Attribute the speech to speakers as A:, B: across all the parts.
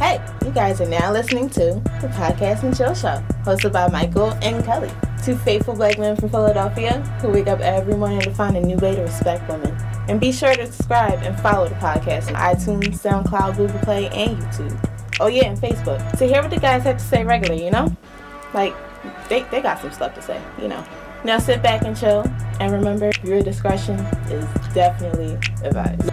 A: Hey, you guys are now listening to the Podcast and Chill Show, hosted by Michael and Kelly, two faithful black men from Philadelphia who wake up every morning to find a new way to respect women. And be sure to subscribe and follow the podcast on iTunes, SoundCloud, Google Play, and YouTube. Oh yeah, and Facebook. To hear what the guys have to say regularly, you know? Like, they, they got some stuff to say, you know. Now sit back and chill, and remember, your discretion is definitely advised.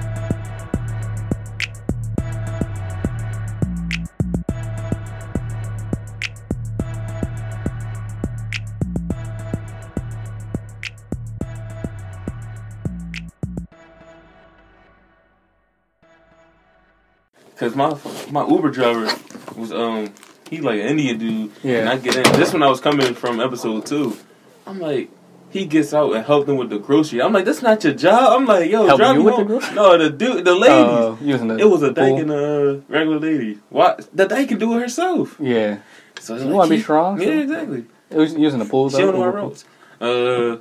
B: Cause my my Uber driver was um he like an Indian dude.
C: Yeah.
B: And I get in. This when I was coming from episode two. I'm like, he gets out and helped them with the grocery. I'm like, that's not your job. I'm like, yo,
C: Helping
B: drive
C: you
B: me
C: with the
B: home.
C: grocery?
B: No, the dude, the ladies.
C: Uh, using the
B: it was a dyke
C: pool.
B: and a regular lady. What? The dyke can do it herself.
C: Yeah,
B: So
C: You wanna be
B: she-
C: strong,
B: Yeah,
C: so-
B: exactly.
C: it was using the pool.
B: She
C: though.
B: don't know her routes. Uh,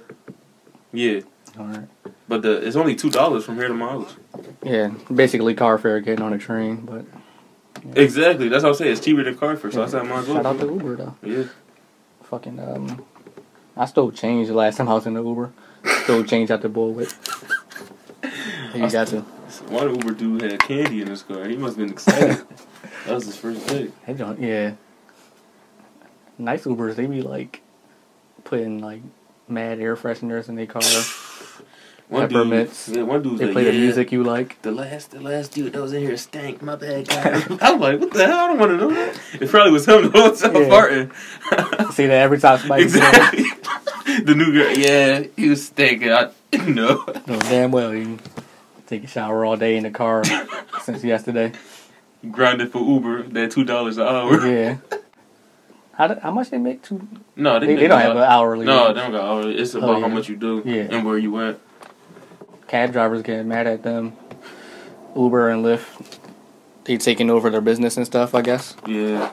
B: yeah.
C: All right.
B: But the, it's only two dollars from here to my house.
C: Yeah, basically car fare getting on a train, but
B: Exactly. That's what I'm saying. It's cheaper than car fare, so I said, I might as well.
C: shout out to Uber though.
B: yeah.
C: Fucking um, I stole change the last time I was in the Uber. Stole change out the bullwhip. You got to.
B: One Uber dude had candy in his car. He must have been excited. that was his first day.
C: They don't- Yeah. Nice Ubers, they be like putting like mad air fresheners in their car.
B: One
C: Peppermints.
B: Dude, yeah, one dude's
C: they
B: like,
C: play the
B: "Yeah,
C: music you like.
B: The last, the last dude that was in here stank. My bad, guys. I'm like, what the hell? I don't want to know that. It probably was him the whole time
C: Yeah.
B: farting.
C: See that every time somebody gets on-
B: exactly. the new girl. Yeah, he was stinking. I no.
C: No, damn well you take a shower all day in the car since yesterday.
B: Grinded for Uber. That two dollars an hour.
C: Yeah. How, do, how much they make? Two?
B: No,
C: They,
B: make
C: they don't
B: a
C: have
B: lot.
C: an hourly.
B: No,
C: rate.
B: they don't got hourly. It's about
C: Oh,
B: how
C: yeah.
B: much you do
C: Yeah.
B: and where you at.
C: Cab drivers getting mad at them. Uber and Lyft, they taking over their business and stuff. I guess.
B: Yeah.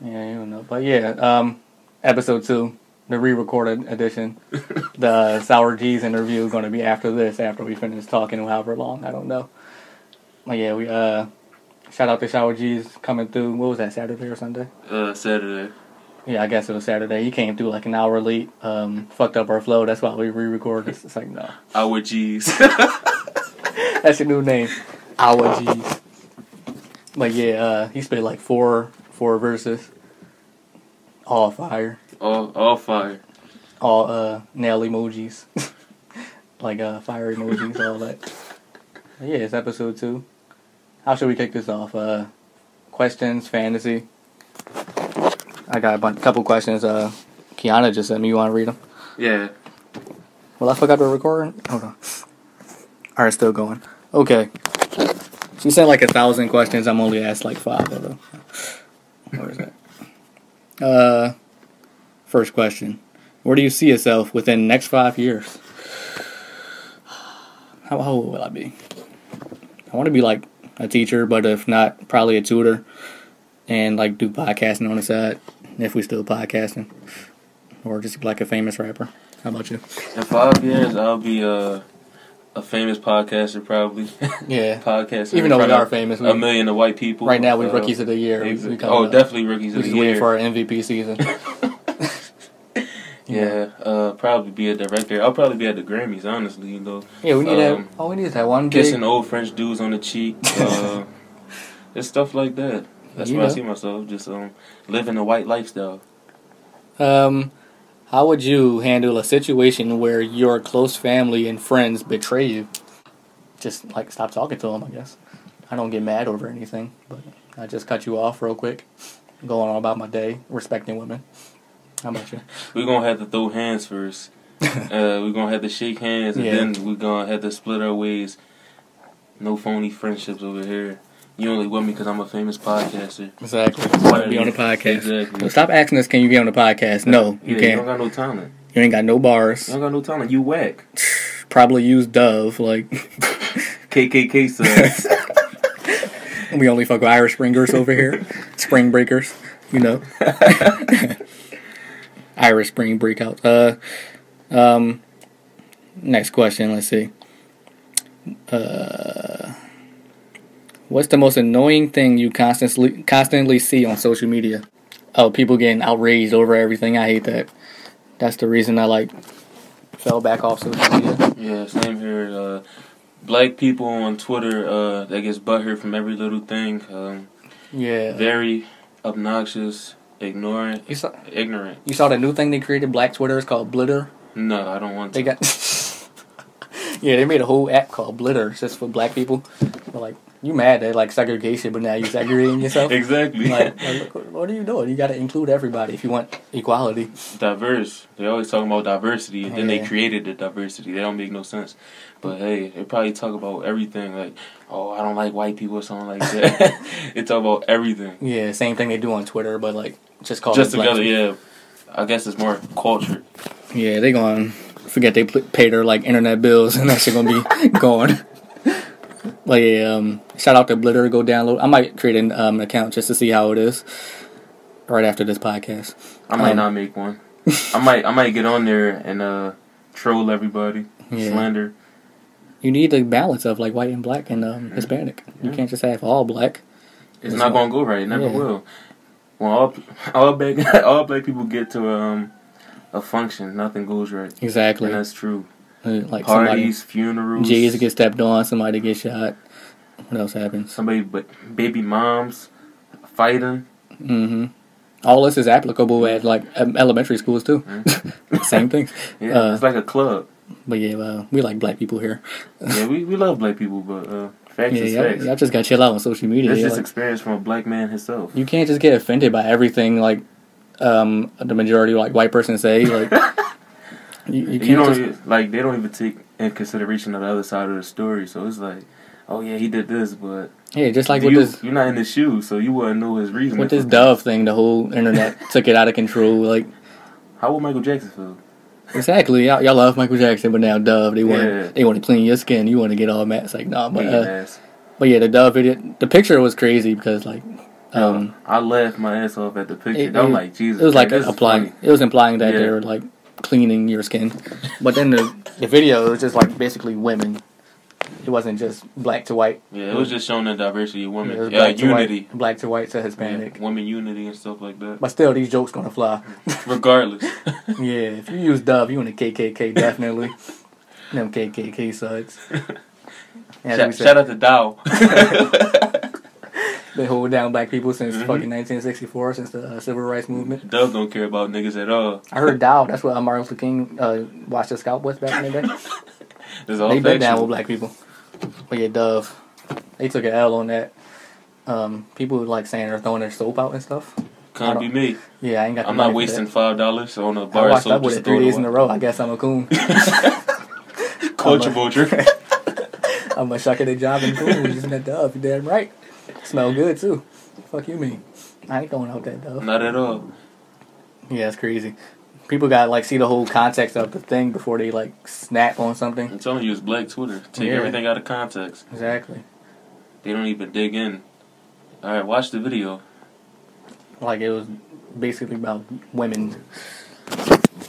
C: Yeah, you don't know, but yeah. Um, episode two, the re-recorded edition. the Sour G's interview is going to be after this. After we finish talking, however long, I don't know. But yeah, we uh, shout out to Sour G's coming through. What was that Saturday or Sunday?
B: Uh, Saturday.
C: Yeah, I guess it was Saturday. He came through like an hour late, um, fucked up our flow. That's why we re-recorded. It's like no,
B: Our G's.
C: that's your new name, Our G's. But yeah, uh, he spent like four four verses, all fire,
B: all, all fire.
C: all uh, nail emojis, like uh, fire emojis, all that. But yeah, it's episode two. How should we kick this off? Uh, questions, fantasy. I got a bun- couple questions. Uh, Kiana just sent me. You want to read them?
B: Yeah.
C: Well, I forgot to record. Hold on. All right, still going. Okay. She sent like a thousand questions. I'm only asked like five of them. Where is that? Uh, first question: Where do you see yourself within the next five years? How, how old will I be? I want to be like a teacher, but if not, probably a tutor, and like do podcasting on the side if we still podcasting, or just like a famous rapper. How about you?
B: In five years, I'll be uh, a famous podcaster, probably.
C: Yeah.
B: podcaster.
C: Even
B: in
C: though we
B: front
C: are
B: of
C: famous, we,
B: A million of white people.
C: right now we're
B: Uh,
C: rookies of the year. We-
B: exa-
C: we come
B: oh,
C: up.
B: definitely rookies
C: We're
B: of the
C: just waiting
B: year.
C: for our MVP season.
B: yeah, uh, probably be a director. I'll probably be at the Grammys, honestly. You know,
C: Yeah, we need
B: Um,
C: that. All we need is that one gig.
B: kissing old French dudes on the cheek. Uh, it's stuff like that. That's
C: You
B: where I
C: know.
B: see myself, just um, living a white lifestyle.
C: Um, how would you handle a situation where your close family and friends betray you? Just like stop talking to them, I guess. I don't get mad over anything, but I just cut you off real quick. Going on about my day, respecting women. How about you?
B: We're gonna have to throw hands first. uh, we're gonna have to shake hands, and
C: Yeah.
B: then we're gonna have to split our ways. No phony friendships over here. You only with me because I'm a famous podcaster.
C: Exactly.
B: Why
C: be on the
B: you-
C: podcast.
B: Exactly.
C: Well, stop asking us, can you be on the podcast? No,
B: yeah, You
C: you
B: don't
C: can't.
B: got no talent.
C: You ain't got no bars.
B: You don't got no talent. You whack.
C: Probably use Dove. Like,
B: KKK says.
C: we only fuck with Irish Springers over here. Spring Breakers, you know. Irish Spring Breakout. Uh, um, next question, let's see. Uh, What's the most annoying thing you constantly constantly see on social media? Oh, people getting outraged over everything. I hate that. That's the reason I like fell back off social media.
B: Yeah, same here. Uh, black people on Twitter uh, that gets butthurt from every little thing. Um,
C: Yeah.
B: very obnoxious, ignorant,
C: You saw
B: ignorant.
C: you saw the new thing they created, Black Twitter. It's called Blitter.
B: No, I don't want to.
C: They got yeah, they made a whole app called Blitter it's just for black people. But like, you mad at like segregation, but now you segregating yourself.
B: exactly.
C: Like, like, look, what are you doing? You got to include everybody if you want equality.
B: diverse. They always talking about diversity, and then
C: Yeah.
B: they created the diversity. They don't make no sense. But hey, they probably talk about everything. Like, oh, I don't like white people or something like that. they talk about everything.
C: Yeah, same thing they do on Twitter, but like just call
B: Just
C: it black
B: together,
C: people.
B: yeah. I guess it's more cultured.
C: Yeah, they going forget they pl- pay their like internet bills and that shit gonna be gone. But yeah, um, shout out to Blitter. Go download. I might create an um, account just to see how it is. Right after this podcast,
B: I might
C: Um,
B: not make one. I might I might get on there and uh troll everybody,
C: Yeah.
B: slander.
C: you need the balance of like white and black and um, Hispanic. You
B: Mm-hmm. Yeah.
C: can't just have all black.
B: It's
C: That's
B: not
C: why-
B: gonna go right. It never
C: Yeah.
B: will. When all pe- all black all black people get to um a function, nothing goes right.
C: Exactly.
B: And that's true.
C: Uh, Like
B: Parties, funerals,
C: somebody, J's get stepped on. Somebody get shot. What else happens?
B: somebody but baby moms fighting.
C: hmm All this is applicable at like um, elementary schools too.
B: Mm-hmm.
C: Same thing.
B: Yeah,
C: Uh,
B: it's like a club.
C: But yeah, uh, we like black people here.
B: Yeah, we, we love black people, but uh, facts
C: Yeah,
B: is
C: y'all,
B: facts.
C: y'all just gotta chill out on social media.
B: That's just
C: like,
B: experience from a black man himself.
C: you can't just get offended by everything like um, the majority like white person say. Like you, you can't
B: you don't
C: just
B: even, like they don't even take in consideration of the other side of the story. So it's like, oh yeah, he did this, but
C: yeah, just like
B: e you,
C: with this
B: you're not in his shoes, so you wouldn't know his reason.
C: with this dove thing, the whole internet took it out of control. Like
B: How would Michael Jackson feel?
C: exactly, y'all, y'all love Michael Jackson, but now dove they want
B: Yeah.
C: they want to clean your skin. You want to get all mad. It's like nah, but
B: Being
C: uh,
B: an ass.
C: but yeah, the dove video, the picture was crazy because like um,
B: I laughed my ass off at the picture.
C: it-
B: I'm
C: it-
B: like, Jesus,
C: It was like
B: this is
C: applying.
B: funny.
C: It was implying that they
B: Yeah.
C: were like cleaning your skin, but then the the video was just like basically women. It wasn't just black to white.
B: Yeah, it was just showing the diversity of
C: It was
B: women, yeah,
C: black to white-
B: unity,
C: black to white to
B: yeah,
C: Hispanic.
B: women unity and stuff like that.
C: But still, these jokes gonna fly.
B: Regardless,
C: yeah, if you use Dove, you in the KKK definitely. Them KKK sucks. Yeah,
B: shout, shout out to Dow.
C: they hold down black people since
B: Mm-hmm.
C: fucking 1964, since the uh, Civil Rights Movement.
B: Dove don't care about niggas at all.
C: I heard Dow. That's what uh, Martin Luther King uh, watched the scalp with back in the day.
B: It's all
C: they been down
B: factual.
C: with black people. But yeah, Dove. They took an L on that. Um, people like saying they're throwing their soap out and stuff.
B: Can't be me.
C: Yeah, I ain't got. the
B: I'm not
C: money for
B: wasting
C: that.
B: five dollars on a
C: I
B: bar of
C: washed up
B: soap
C: with
B: just to
C: it
B: throw
C: three
B: it
C: days in a
B: away.
C: row. I guess I'm a coon.
B: Culture
C: I'm a-
B: vulture.
C: I'm a shuck at the job and coon using that Dove. You damn right. Smell good too. Fuck you mean? I ain't throwing out that Dove.
B: Not at all.
C: Yeah, it's crazy. People got like see the whole context of the thing before they like snap on something.
B: I'm telling you, it's Black Twitter. Take
C: Yeah.
B: everything out of context.
C: Exactly.
B: They don't even dig in. All right, watch the video.
C: like it was basically about women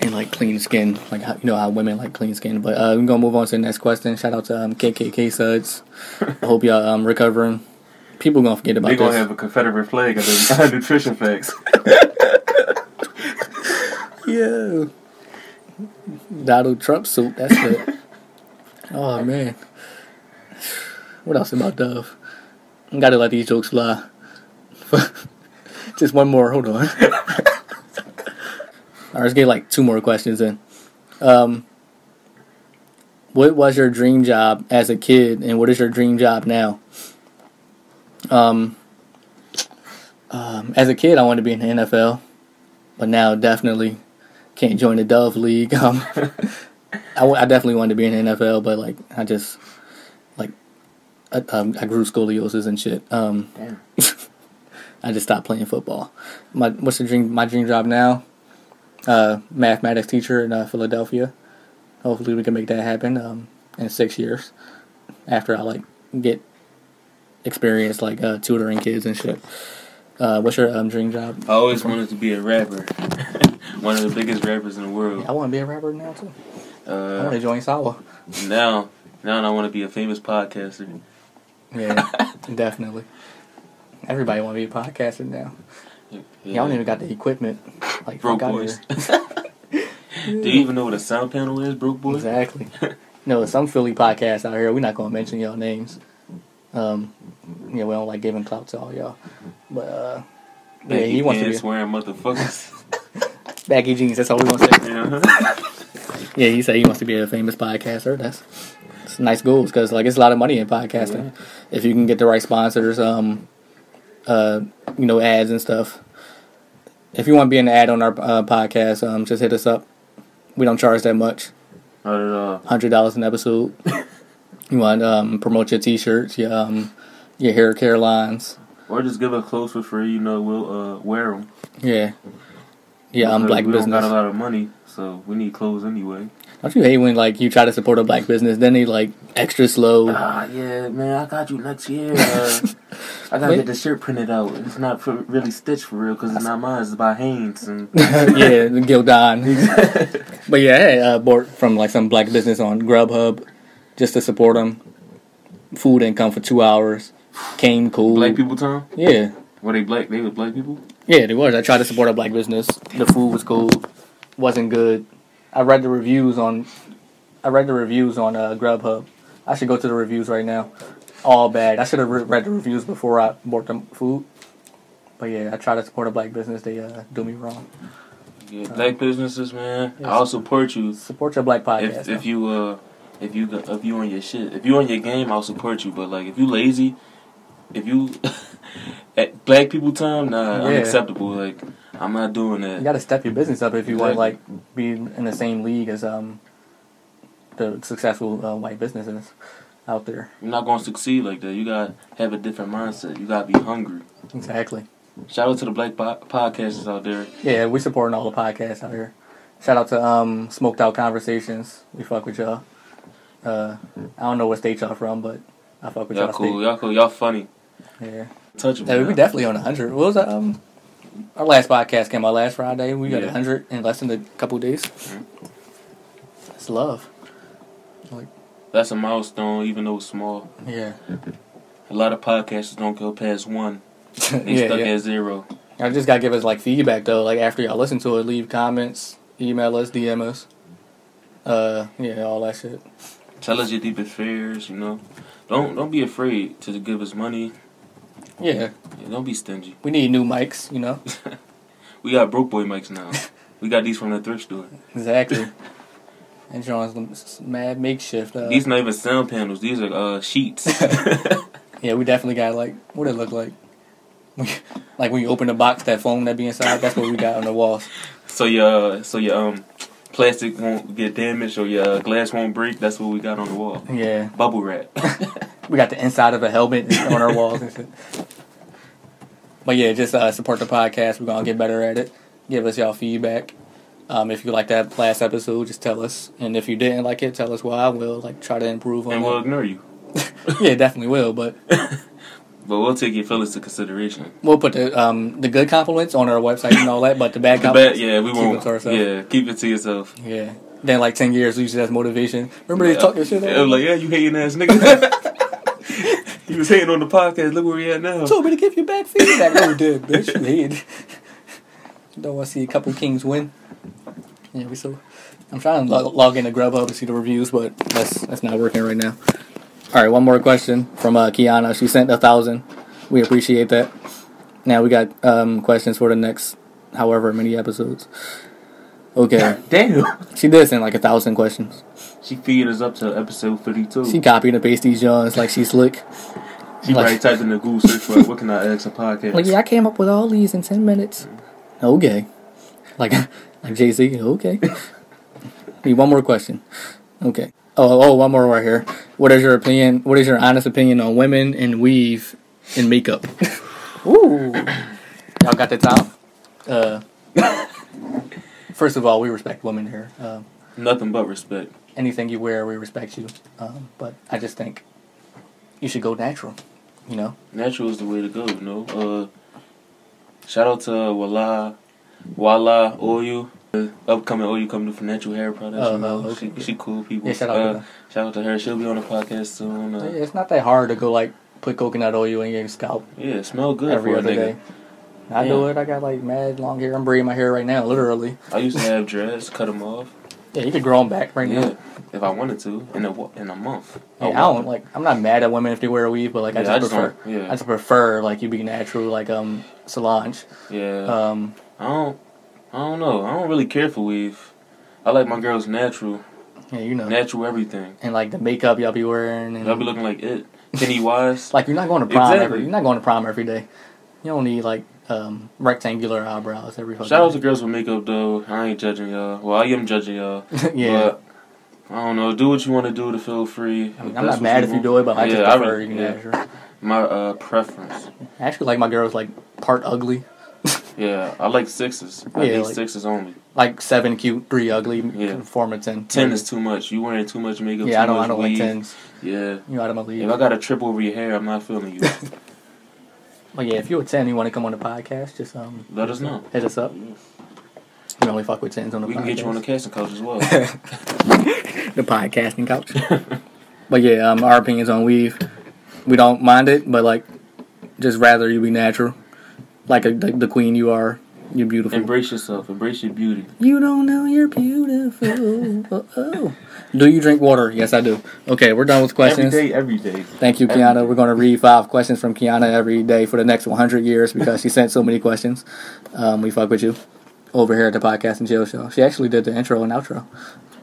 C: and like clean skin like how, you know how women like clean skin but uh, we're gonna move on to the next question shout out to um, kkk suds i hope y'all um, recovering people gonna forget about
B: They gonna
C: this
B: have a Confederate flag under the nutrition facts.
C: yeah donald trump suit that's it oh man what else about dove gotta let these jokes fly just one more hold on All right, let's get like two more questions in. Um, what was your dream job as a kid, and what is your dream job now? Um, um, as a kid, I wanted to be in the NFL, but now definitely can't join the Dove League. Um, I, wa- I definitely wanted to be in the NFL, but like I just like I, um, I grew scoliosis and shit. Um,
B: Damn.
C: I just stopped playing football. My what's the dream? My dream job now uh, mathematics teacher in uh, Philadelphia. Hopefully, we can make that happen um, in six years after I like get experience like uh, tutoring kids and shit. Uh, what's your um, dream job?
B: I always wanted to be a rapper. One of the biggest rappers in the
C: I
B: world.
C: want to be a rapper now too. I want
B: Uh,
C: to join Sawa.
B: now, now I want to be a famous podcaster.
C: Yeah, definitely. Everybody want to be a podcaster now. Y'all don't even got the equipment. Like
B: broke
C: fuck outta
B: boys.
C: here.
B: Do you even know what a sound panel is, broke boys?
C: Exactly. no, some Philly podcasts out here. We're not gonna mention y'all names. Um, yeah, we don't like giving clout to all y'all. But uh, yeah,
B: Becky
C: he wants to
B: Gans
C: be
B: swearing motherfuckers.
C: baggy jeans. That's all we want to say.
B: yeah.
C: Yeah, he said he wants to be a famous podcaster. That's it's nice goals because like it's a lot of money in podcasting. If you can get the right sponsors, um, uh, you know, ads and stuff. If you want to be an ad on our uh, podcast, um, just hit us up. We don't charge that much.
B: Not at all.
C: hundred dollars an episode. you want um promote your t-shirts, your um your hair care lines.
B: Or just give us clothes for free. You know, we'll uh, wear them.
C: Yeah, yeah. I'm black
B: we
C: business.
B: don't got a lot of money, so we need clothes anyway.
C: Don't you hate when like you try to support a black business, then they like extra slow?
B: Ah, yeah, man, I got you next year. Uh, I gotta
C: Wait.
B: get the shirt printed out. It's not for, really stitched for real because it's not mine. It's by Hanes. And
C: yeah, Gildon. but yeah, I had, uh, bought from like some black business on Grubhub just to support them. Food income for two hours. Came cool.
B: black people, Tom?
C: Yeah.
B: Were they black? They were black people?
C: Yeah, there was. I tried to support a black business. The food was cool, wasn't good. I read the reviews on, I read the reviews on uh, Grubhub. I should go to the reviews right now. All bad. I should have re- read the reviews before I bought the food. But yeah, I tried to support a black business. They uh, do me wrong.
B: Yeah, black businesses, man.
C: yes.
B: I'll support you
C: Support your black podcast.
B: if, if you uh if you go- if you on your shit if you on your game I'll support you but like if you lazy if you at black people time nah
C: Yeah.
B: unacceptable like I'm not doing that
C: You got to step your business up if you want to like
B: Exactly.
C: be in the same league as um the successful uh, white businesses out there.
B: you're not gonna succeed like that you gotta have a different mindset you gotta be hungry
C: Exactly.
B: shout out to the black po- podcasters out there
C: Yeah, we supporting all the podcasts out here. Shout out to um, Smoked Out Conversations. We fuck with y'all. Uh, I don't know what state y'all from, but I fuck with y'all.
B: y'all cool y'all cool y'all funny
C: State. Yeah,
B: touchable
C: yeah we
B: man.
C: definitely on hundred. What was that, um? Our last podcast came out last Friday. We got
B: Yeah.
C: hundred in less than a couple days. That's love.
B: that's a milestone even though it's small
C: Yeah,
B: a lot of podcasters don't go past one they
C: yeah,
B: stuck
C: yeah.
B: at zero
C: Y'all just gotta give us like feedback though. Like after y'all listen to it, leave comments, email us, DM us. Uh, yeah, all that shit.
B: tell us your deepest fears you know don't don't be afraid to give us money
C: Yeah,
B: Yeah, don't be stingy.
C: we need new mics. You know.
B: We got broke boy mics now. we got these from the thrift store.
C: Exactly. and John's mad makeshift. Uh,
B: these not even sound panels. These are uh, sheets.
C: yeah, we definitely got like what it look like. like when you open the box, that foam that be inside, that's what we got on the walls.
B: so your so your um plastic won't get damaged or your uh, glass won't break. That's what we got on the wall.
C: Yeah,
B: Bubble wrap.
C: we got the inside of a helmet on our walls and shit. But yeah, just uh, support the podcast. We're gonna get better at it. Give us y'all feedback. Um, if you like that last episode, just tell us. And if you didn't like it, tell us why. We'll like try to improve on
B: and we'll
C: it.
B: ignore you.
C: yeah, definitely will. But
B: But we'll take your feelings into consideration.
C: we'll put the um, the good compliments on our website and all that. But the bad
B: The
C: compliments,
B: bad, yeah, we
C: keep it
B: won't.
C: to ourselves.
B: yeah, keep it to yourself.
C: Yeah. Then like ten years, we use it as motivation. Remember they talking shit.
B: Yeah, I'm like, yeah, you hating ass nigga. he was hating on the podcast. Look where we at now.
C: told me to give you back feedback. no, we did, bitch. You hated. Don't want to see a couple kings win. Yeah, we so. I'm trying to log, log into Grubhub to see the reviews, but that's that's not working right now. All right, one more question from uh, Kiana. She sent a thousand. We appreciate that. Now we got um, questions for the next however many episodes. Okay,
B: Damn.
C: she did send like a thousand questions.
B: She feed us up to episode 52.
C: She copied and pasted these yarns like she's slick.
B: She
C: Like-
B: probably typed in the Google search for what can I ask a podcast?
C: Like, yeah, I came up with all these in 10 minutes. Mm. Okay. Like, like Jay Z, okay. Need one more question. Okay. Oh, oh, one more right here. What is your opinion? What is your honest opinion on women and weave and makeup? Ooh. Y'all got the top? Uh, first of all, we respect women here. Um,
B: Nothing but respect.
C: anything you wear, we respect you. Um, but I just think you should go natural, you know?
B: Natural is the way to go, you know. Uh, shout out to uh, Wala, Wala Oyu, the Uh, upcoming Oyu coming to for natural hair products.
C: Oh,
B: you know,
C: oh, okay,
B: she,
C: yeah.
B: she cool people.
C: Yeah, shout out to
B: uh,
C: her. Oh,
B: shout out to her. She'll be on the podcast soon. Uh,
C: It's not that hard to go like put coconut oil in your scalp
B: Yeah, it smell good
C: every
B: for a
C: other
B: nigga.
C: day. I
B: Yeah.
C: do it. I got like mad long hair. I'm braiding my hair right now, literally.
B: I used to have dreads, cut them off.
C: Yeah, you could grow them back right
B: Yeah,
C: now.
B: if I wanted to, in a wa- in a month.
C: Yeah, I don't like. I'm not mad at women if they wear a weave, but like I
B: Oh, Yeah,
C: just
B: I just
C: prefer.
B: don't- yeah.
C: I just prefer like you be natural, like um Solange.
B: Yeah,
C: Um,
B: I don't. I don't know. I don't really care for weave. I like my girls natural,
C: yeah, you know.
B: natural everything.
C: and like the makeup y'all be wearing, and
B: Y'all be looking like it, Penny Wise.
C: like you're not going to prom
B: Exactly.
C: every. You're not going to prom every day. You don't need like um rectangular eyebrows every. fucking
B: Shout out to
C: day.
B: girls with makeup though. I ain't judging y'all. Well, I am judging y'all.
C: yeah.
B: But, I don't know. Do what you want to do to feel free.
C: I mean, I'm not mad if you do it, but I just
B: I
C: prefer
B: re-
C: you
B: yeah.
C: natural.
B: My uh, preference.
C: I actually like my girls like part ugly,
B: Yeah, I like sixes. I
C: Yeah,
B: need
C: like-
B: sixes only.
C: like seven cute, three ugly,
B: Yeah.
C: form a ten.
B: Ten is too much. You wearing too much makeup.
C: yeah, I
B: too
C: don't. I
B: much
C: don't like
B: weave.
C: tens.
B: Yeah.
C: You out of my league.
B: If I got a trip over your hair, I'm not feeling you.
C: But yeah, if you're a ten, and you want to come on the podcast, just um,
B: Let us know.
C: hit us up. We only fuck with tens on the
B: We
C: podcast.
B: can get you on the casting couch as well.
C: the podcasting couch. but yeah, um, our opinions on weave, we don't mind it, but like, just rather you be natural, like a, the, the queen you are. You're beautiful.
B: embrace yourself. Embrace your beauty.
C: you don't know you're beautiful. oh. Do you drink water? Yes, I do. Okay, we're done with questions.
B: Every day, every day.
C: Thank you,
B: Every
C: Kiana.
B: day.
C: We're going to read five questions from Kiana every day for the next 100 years because she sent so many questions. Um, we fuck with you over here at the podcast and chill show. She actually did the intro and outro.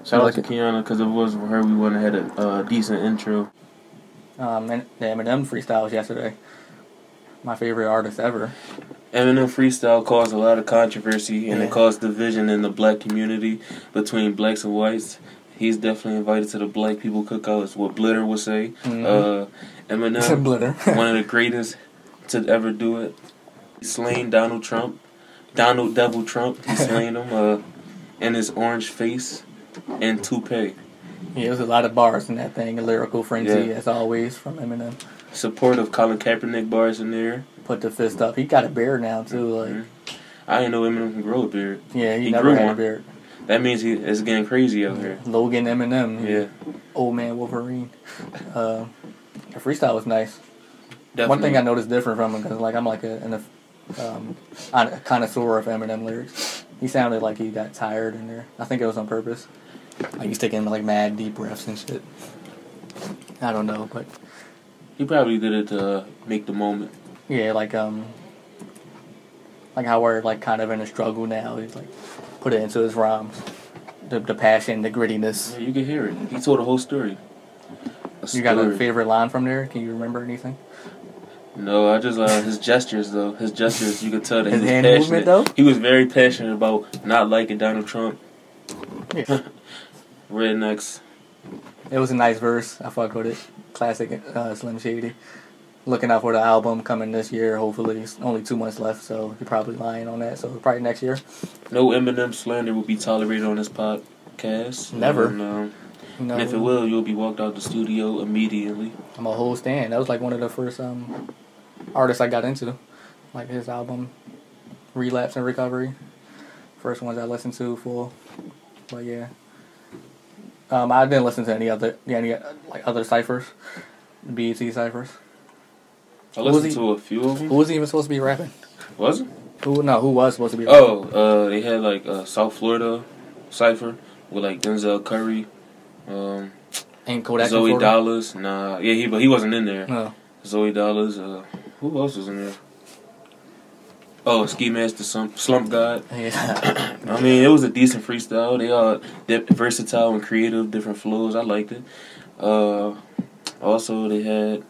B: Shout
C: I
B: out
C: like
B: to
C: it.
B: Kiana because if it wasn't for her, we wouldn't have had a uh, decent intro.
C: Um, and the Eminem freestyles yesterday. My favorite artist ever.
B: Eminem freestyle caused a lot of controversy and
C: Yeah.
B: it caused division in the black community between blacks and whites. He's definitely invited to the black people cookout. Is what Blitter would say.
C: Mm-hmm.
B: Uh, Eminem, one of the greatest to ever do it. He slain Donald Trump, Donald Devil Trump. He slain him uh, in his orange face and toupee.
C: Yeah, there's a lot of bars in that thing. A lyrical frenzy,
B: Yeah.
C: as always, from Eminem.
B: Support of Colin Kaepernick bars in there.
C: Put the fist up. He got a beard now, too. Like,
B: Mhm. I didn't know Eminem can grow a beard.
C: Yeah, he,
B: He
C: never
B: grew
C: had a
B: one.
C: beard.
B: That means he is getting crazy out here.
C: Logan Eminem.
B: Yeah,
C: Old man Wolverine. Uh, the freestyle was nice.
B: definitely.
C: One thing I noticed different from him because like I'm like a, an, um, a connoisseur of Eminem lyrics. He sounded like he got tired in there. I think it was on purpose. Like he's taking like mad deep breaths and shit. I don't know, but
B: He probably did it to uh, make the moment.
C: yeah, like um, like how we're like kind of in a struggle now. He's like put it into his rhymes, the the passion, the grittiness.
B: Yeah, you can hear it. He told the whole story. A
C: You got a
B: story.
C: favorite line from there? Can you remember anything?
B: No, I just uh, his gestures though. His gestures, you could tell that
C: His
B: he was
C: hand
B: passionate.
C: movement, though?
B: He was very passionate about not liking Donald Trump,
C: Yeah.
B: rednecks.
C: It was a nice verse. I fucked with it. Classic uh, Slim Shady. Looking out for the album coming this year, hopefully. It's only two months left, so you're probably lying on that. So probably next year.
B: No Eminem slander will be tolerated on this podcast.
C: Never.
B: And, um,
C: You know,
B: and if it will, you'll be walked out the studio immediately.
C: I'm a whole stand. That was like one of the first um, artists I got into. Like his album, Relapse and Recovery. First ones I listened to full. But yeah. Um, I didn't listen to any other any uh, like other ciphers, BET ciphers.
B: I
C: Who was
B: listened
C: he?
B: to a few of
C: Who
B: them.
C: was even supposed to be rapping?
B: Was it?
C: Who no? Who was supposed to be? rapping?
B: Oh, uh, they had like uh, South Florida cipher with like Denzel Curry, um,
C: and Kodak.
B: Zoe
C: Zoe Doll.
B: Dollars. Nah, yeah, he but he wasn't in there.
C: No,
B: Zoe Dollars. Uh, who else was in there? Oh, Ski Master Slump, Slump God.
C: yeah.
B: I mean, it was a decent freestyle. They all di- versatile and creative, different flows. I liked it. Uh, also, they had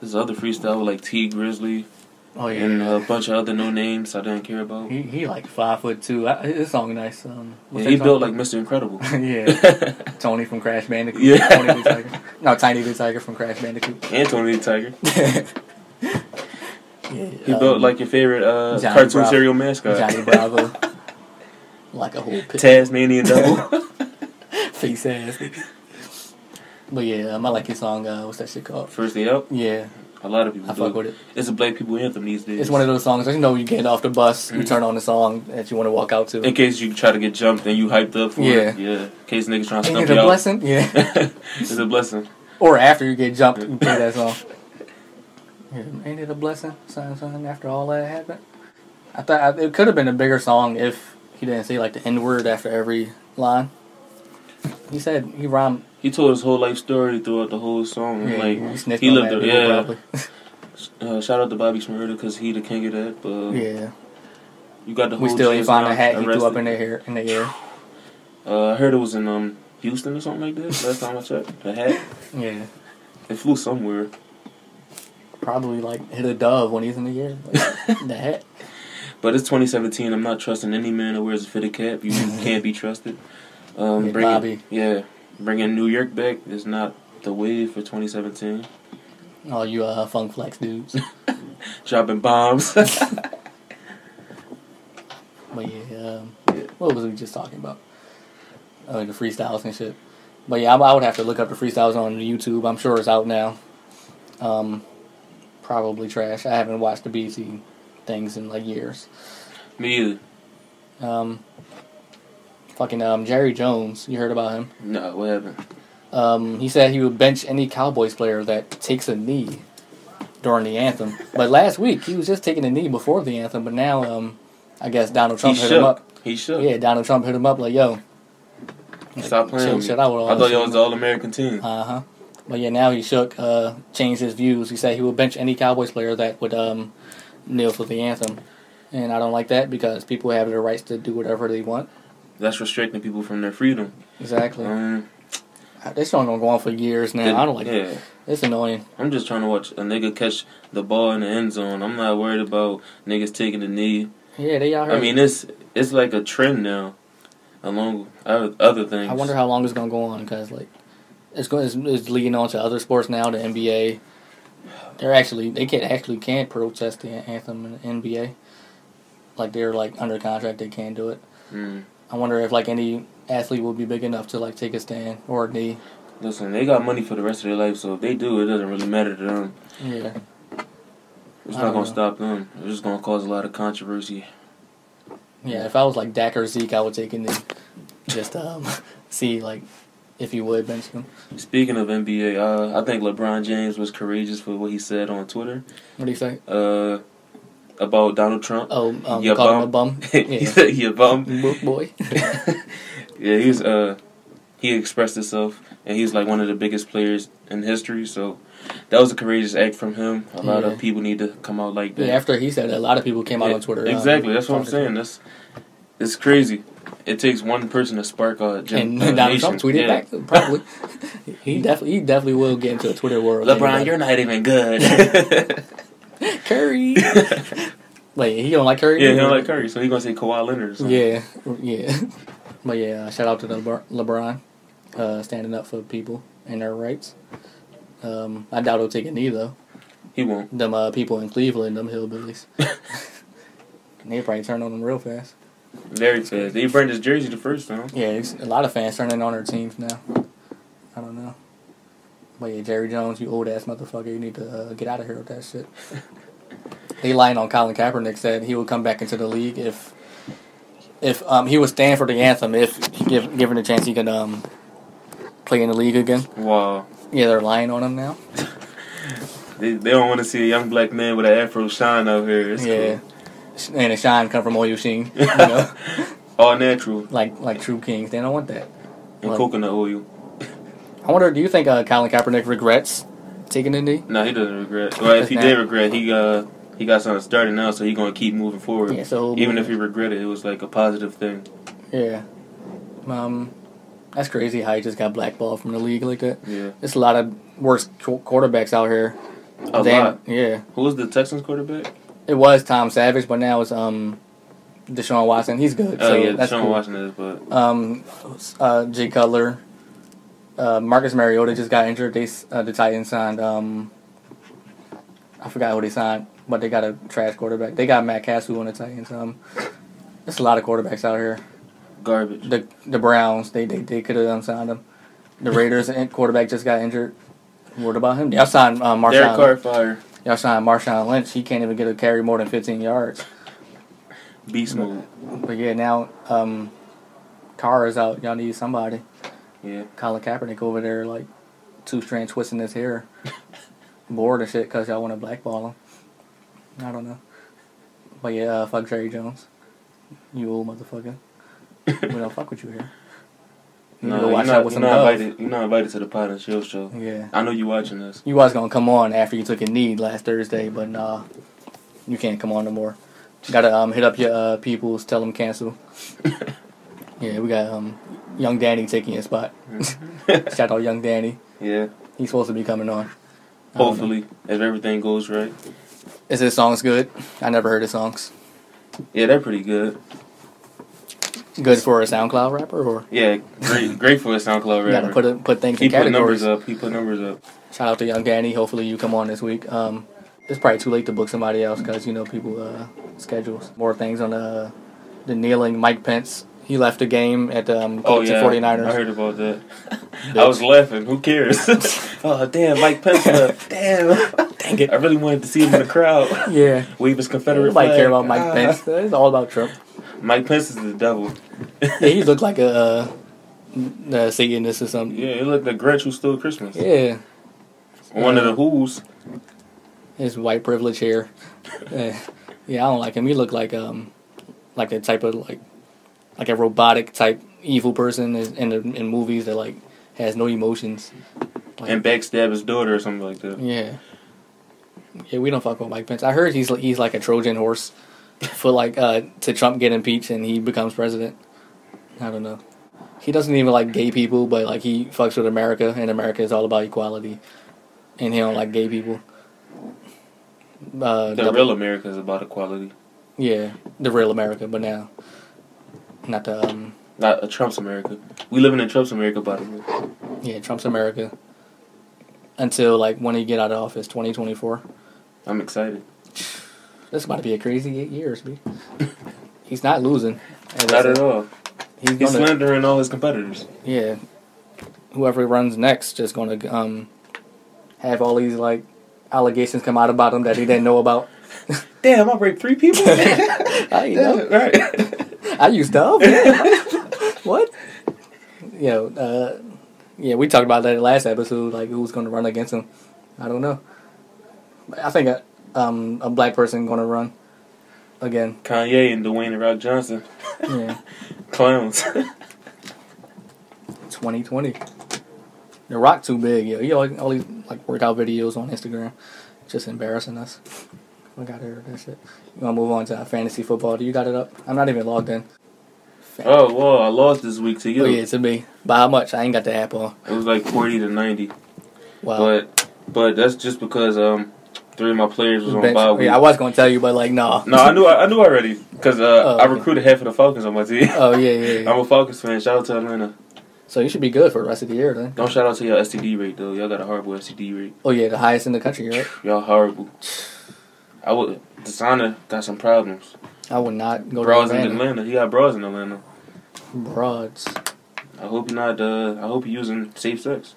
B: this other freestyle with like T Grizzly
C: oh yeah.
B: and a bunch of other no names I didn't care about.
C: he he like five foot two. I, his song nice. Um, what's
B: Yeah, he
C: that
B: built like
C: song?
B: Mr. Incredible.
C: yeah, Tony from Crash Bandicoot.
B: Yeah.
C: Tony the Tiger. No, Tiny the Tiger from Crash Bandicoot.
B: Anthony the Tiger.
C: yeah,
B: He
C: um,
B: built like uh, your favorite uh,
C: Johnny
B: cartoon
C: Bravo.
B: serial mascot.
C: Johnny Bravo. like a whole pit.
B: Tasmanian Devil.
C: face ass. But yeah, um, I like his song. Uh, what's that shit called?
B: First Day Out.
C: Yeah,
B: A lot of people
C: I
B: do.
C: fuck with it.
B: It's a black people anthem these days.
C: It's one of those songs. You know, when you get off the bus, you
B: Mhm.
C: turn on the song that you want to walk out to.
B: In case you try to get jumped and you hyped up for it. Yeah. In case niggas trying to
C: Ain't
B: stump
C: it
B: you
C: a
B: out.
C: blessing? Yeah.
B: it's a blessing.
C: or after you get jumped, you play that song. Ain't it a blessing, son, son, after all that happened? I thought I, it could have been a bigger song if he didn't say, like, the N word after every line. He said he rhymed.
B: He told his whole life story throughout the whole song.
C: Yeah,
B: like
C: he snitched
B: he
C: on
B: lived
C: mad
B: a-
C: people,
B: yeah.
C: probably.
B: uh, shout out to Bobby Smurda because he the king of that. But
C: yeah.
B: you got the whole.
C: We still ain't
B: Jiz
C: found
B: now
C: a hat he threw up
B: arrested.
C: in the air. In the air.
B: Uh, I heard it was in um Houston or something like that. Last time I checked, the hat
C: Yeah.
B: it flew somewhere.
C: Probably, like, hit a dove when he's in the air. Like, the hat.
B: But it's 2017. I'm not trusting any man that wears a fitted cap. You can't be trusted. Um,
C: Yeah,
B: bringing,
C: Bobby.
B: Yeah, bringing New York back is not the wave for 2017.
C: All you uh, funk flex dudes.
B: Dropping bombs.
C: But yeah, um,
B: Yeah.
C: what was we just talking about? Uh, the freestyles and shit. But yeah, I, I would have to look up the freestyles on YouTube. I'm sure it's out now. Um, probably trash. I haven't watched the BT things in like years.
B: Me either.
C: Um, fucking um, Jerry Jones. You heard about him?
B: No, what happened?
C: Um, he said he would bench any Cowboys player that takes a knee during the anthem. But last week he was just taking a knee before the anthem. But now, um, I guess Donald Trump
B: he
C: hit him up.
B: shook. He shook.
C: Yeah, Donald Trump hit him up like, yo.
B: Stop playing.
C: Chill,
B: with me.
C: chill out with all
B: I
C: this
B: thought y'all was
C: shit.
B: the All-American team.
C: Uh huh. But yeah, now he shook, uh, changed his views. He said he would bench any Cowboys player that would um, kneel for the anthem. And I don't like that because people have their rights to do whatever they want.
B: That's restricting people from their freedom.
C: Exactly.
B: Um,
C: This song gonna go on for years now.
B: did-
C: I don't like
B: yeah.
C: it. It's annoying.
B: I'm just trying to watch a nigga catch the ball in the end zone. I'm not worried about niggas taking the knee.
C: Yeah, they out here.
B: I mean, it's it's like a trend now, along with other things.
C: I wonder how long it's gonna go on because like it's going it's, it's leading on to other sports now. The NBA, they're actually they can actually can't protest the anthem in the NBA. Like they're like under contract, they can't do it.
B: Mm.
C: I wonder if like any athlete will be big enough to like take a stand or a knee.
B: Listen, they got money for the rest of their life, so if they do, it doesn't really matter to them.
C: Yeah,
B: It's
C: I
B: not
C: don't
B: gonna
C: know.
B: stop them. It's just gonna cause a lot of controversy.
C: yeah. If I was like Dak or Zeke, I would take a knee just to, um see like if he would bench him.
B: Speaking of NBA, uh, I think LeBron James was courageous for what he said on Twitter
C: What do you say?
B: uh, about Donald Trump.
C: Oh, um,
B: Yeah,
C: called him a bum.
B: he
C: Yeah,
B: said he a bum.
C: Book boy.
B: Yeah, he was. Uh, he expressed himself, and he's like one of the biggest players in history. So that was a courageous act from him. A lot
C: Yeah.
B: of people need to come out like that.
C: Yeah, after he said that, a lot of people came out
B: Yeah,
C: on Twitter. um,
B: Exactly, that's what I'm
C: talking to
B: saying.
C: him.
B: That's it's crazy. It takes one person to spark a gen-
C: And
B: a
C: Donald
B: nation.
C: Trump tweeted
B: Yeah.
C: back. Probably, he definitely, he definitely will get into the Twitter world.
B: LeBron, you're not even good. yeah,
C: Curry. Like he don't like Curry.
B: he
C: either.
B: don't like Curry, so he's gonna say Kawhi Leonard. Or something.
C: Yeah, yeah. But yeah, shout out to LeBron, LeBron uh, standing up for people and their rights. Um, I doubt he'll take a knee though.
B: he won't.
C: Them uh, people in Cleveland, them hillbillies. And they probably turn on them real fast.
B: Very fast. He burned his jersey the first time.
C: Yeah, it's a lot of fans turning on their teams now. I don't know. But yeah, Jerry Jones, you old ass motherfucker, you need to uh, get out of here with that shit. they lying on Colin Kaepernick said he would come back into the league if if um he would stand for the anthem if he give, given a chance he could um play in the league again.
B: Wow,
C: Yeah, they're lying on him now.
B: they, they don't want to see a young black man with an afro shine out here. It's
C: yeah.
B: cool.
C: And a shine come from all you seen, you know,
B: all natural
C: like like true kings. They don't want that.
B: and
C: Like-
B: coconut oil.
C: I wonder, do you think uh, Colin Kaepernick regrets taking a knee?
B: No, he doesn't regret. Well, if he did regret, he uh he got something started now, so he gonna keep moving forward.
C: Yeah, so
B: Even if he regretted, it was like a positive thing.
C: Yeah. Um, that's crazy how he just got blackballed from the league like that.
B: Yeah,
C: There's a lot of worse qu- quarterbacks out here.
B: a
C: than-
B: lot.
C: Yeah.
B: Who was the Texans quarterback?
C: It was Tom Savage, but now it's um, Deshaun Watson. He's good.
B: Oh
C: so
B: yeah,
C: that's
B: Deshaun
C: cool.
B: Washington is, but
C: Um, uh, Jay Cutler, uh, Marcus Mariota just got injured. They s- uh, the Titans signed um, I forgot who they signed, but they got a trash quarterback. They got Matt Castle on the Titans. Um, there's a lot of quarterbacks out here.
B: garbage.
C: the the Browns. They they, they could have um, signed him. The Raiders and quarterback just got injured. What about him? Y'all signed uh,
B: Derek
C: Marshawn.
B: Carr fire
C: Y'all signed Marshawn Lynch. He can't even get a carry more than 15 yards.
B: beast mode.
C: But yeah, now um, Carr is out. Y'all need somebody.
B: Yeah,
C: Colin Kaepernick over there, like two strand twisting his hair. bored and shit because y'all want to blackball him. I don't know. But yeah, uh, fuck Jerry Jones. You old motherfucker. we don't fuck with you here. You
B: No,
C: need to watch
B: you're
C: out
B: not,
C: with
B: you're
C: some
B: not
C: love.
B: invited. You're not invited to the pot and chill show.
C: Yeah.
B: I know you watching us.
C: You was gonna come on after you took a knee last Thursday, but nah, you can't come on no more. Gotta um hit up your uh, peoples, tell them cancel. yeah, we got um young Danny taking his spot. Shout out young Danny.
B: Yeah.
C: He's supposed to be coming on. I don't know.
B: Hopefully, if everything goes right.
C: Is his songs good? I never heard his songs.
B: Yeah, they're pretty good.
C: Good for a SoundCloud rapper, or
B: Yeah, great, great for a SoundCloud
C: you gotta
B: rapper.
C: put it, put things
B: he
C: in
B: put numbers
C: categories.
B: up. He put numbers up.
C: Shout out to young Danny. Hopefully you come on this week. Um, it's probably too late to book somebody else because you know people uh, schedules more things on the the kneeling. Mike Pence he left the game at the um,
B: Oh
C: Colts
B: yeah,
C: and 49ers.
B: I heard about that. I was laughing. Who cares? oh damn, Mike Pence left. Damn.
C: Dang it.
B: I really wanted to see him in the crowd.
C: Yeah,
B: Wave his Confederate
C: nobody
B: flag.
C: care about Mike
B: Ah.
C: Pence. It's all about Trump.
B: Mike Pence is the devil.
C: Yeah, he looked like a uh, uh, Satanist or something.
B: Yeah, it looked like Grinch who stole Christmas.
C: Yeah,
B: One of the Who's.
C: his white privilege hair. Uh, yeah, I don't like him. He looked like um like a type of like like a robotic type evil person in in, the- in movies that like has no emotions. Like,
B: and backstab his daughter or something like that.
C: Yeah. Yeah, we don't fuck with Mike Pence. I heard he's he's like a Trojan horse for like uh to Trump get impeached and he becomes president. I don't know. He doesn't even like gay people, but like he fucks with America and America is all about equality. And he don't like gay people. Uh,
B: The
C: double-
B: real America is about equality,
C: yeah, the real America, but now not the um
B: not a Trump's America. We living in Trump's America, by the way.
C: yeah, Trump's America until like when he get out of office, twenty twenty four.
B: I'm excited.
C: This about to be a crazy eight years, B. He's not losing. And
B: Not
C: that's
B: at
C: it.
B: all.
C: He's
B: He's
C: gonna,
B: slandering all his competitors.
C: yeah. Whoever runs next just gonna um have all these like allegations come out about him that he didn't know about.
B: Damn, I raped three people.
C: I you know.
B: Damn, right.
C: I used to. help him. what? You know, uh, yeah, we talked about that last episode. Like, who's gonna run against him? I don't know. But I think a, um, a black person gonna run again.
B: Kanye and Dwayne and Rock Johnson,
C: Yeah.
B: clowns.
C: 2020. The Rock too big, yo. He all, all these like workout videos on Instagram, just embarrassing us. We got her that shit. You wanna move on to our fantasy football? Do you got it up? I'm not even logged in.
B: oh whoa, I lost this week to you.
C: Oh yeah, to me. By how much? I ain't got the app on.
B: It was like forty to ninety,
C: Wow.
B: but but that's just because um three of my players was on
C: Bench-
B: bye week.
C: yeah, I was gonna tell you, but like, nah.
B: no, I knew I, I knew already because uh,
C: Oh,
B: I
C: okay.
B: recruited half of the Falcons on my team.
C: Oh yeah, yeah. yeah.
B: I'm a Falcons fan. Shout out to Atlanta.
C: So you should be good for the rest of the year, then.
B: Don't shout out to your STD rate though. Y'all got a horrible STD rate.
C: Oh yeah, the highest in the country, right?
B: Y'all horrible. I would. Designer got some problems.
C: I would not go
B: Bras
C: to
B: in
C: Atlanta.
B: Atlanta. He got bras in Atlanta.
C: Broads.
B: I hope you're not. Uh, I hope you're using safe sex.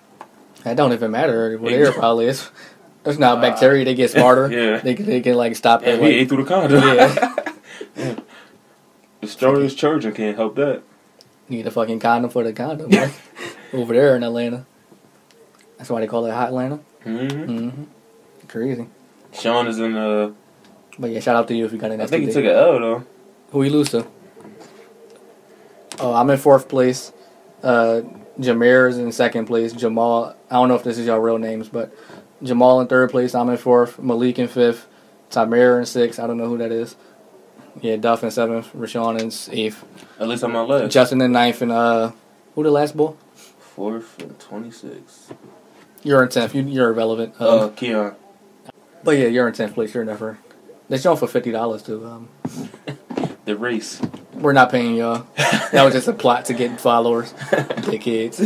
C: That don't even matter. Well,
B: Yeah.
C: there probably is. There's not
B: Uh,
C: bacteria. They get smarter.
B: yeah.
C: They can- they can like stop
B: Yeah,
C: it.
B: he ate
C: Like,
B: through the condom.
C: Yeah.
B: the strongest children can't help that.
C: need a fucking condom for the condom. Right? Over there in Atlanta. That's why they call it Hot Atlanta.
B: hmm
C: Mm-hmm. Crazy.
B: Sean is in. Uh,
C: But yeah, shout out to you if you got an
B: I
C: STD.
B: think he took an L though.
C: Who you lose to? Oh, I'm in fourth place. Uh, Jameer is in second place. Jamal, I don't know if this is your real names, but Jamal in third place. I'm in fourth. Malik in fifth. Tamir in sixth. I don't know who that is. Yeah, Duff in seventh. Rashawn in eighth.
B: At least on my left.
C: Justin in ninth. And uh, who the last bull?
B: Fourth and twenty-six.
C: You're in tenth. You, you're irrelevant. Um,
B: Uh, Keon.
C: but yeah, you're in tenth place. You're never. They're showing for fifty dollars too. Um,
B: The race.
C: we're not paying y'all. That was just a plot to get followers, dickheads.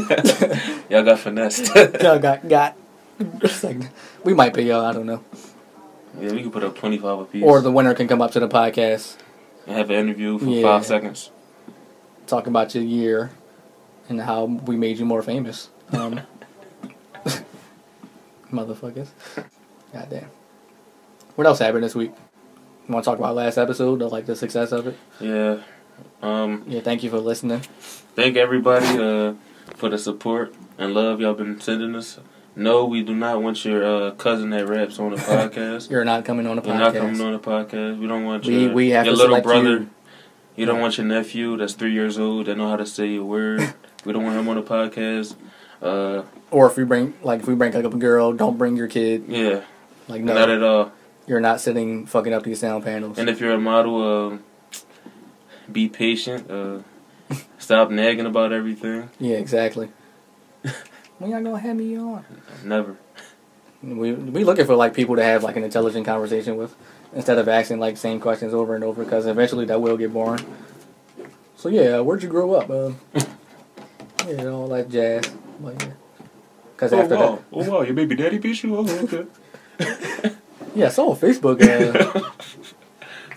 B: Y'all got finessed.
C: Y'all got got. It's like, we might pay y'all. I don't know.
B: Yeah, we could put up twenty-five apiece.
C: Or the winner can come up to the podcast,
B: and have an interview for
C: Yeah.
B: five seconds.
C: talk about your year, and how we made you more famous. Um, motherfuckers. Goddamn. What else happened this week? You want to talk about last episode or like the success of it?
B: Yeah. Um,
C: Yeah. Thank you for listening.
B: thank everybody uh, for the support and love y'all been sending us. No, we do not want your uh, cousin that raps on the podcast.
C: You're not coming on the podcast.
B: You're not coming on the podcast. We don't want
C: We-
B: your,
C: we have
B: your
C: to
B: little
C: select
B: brother.
C: you.
B: You. don't want your nephew that's three years old that know how to say a word. we don't want him on the podcast. Uh,
C: Or if we bring like if we bring like up a girl, don't bring your kid.
B: yeah,
C: Like
B: not
C: no,
B: at all.
C: you're not sitting fucking up these sound panels.
B: And if you're a model, uh, be patient. Uh, stop nagging about everything.
C: yeah, exactly. when y'all gonna have me on?
B: Never.
C: We we looking for like people to have like an intelligent conversation with, instead of asking like same questions over and over because eventually that will get boring. So yeah, where'd you grow up? Uh, yeah, all that jazz. Like, because after that,
B: oh wow, your baby daddy beat you. Oh, okay.
C: Yeah, I saw on Facebook uh,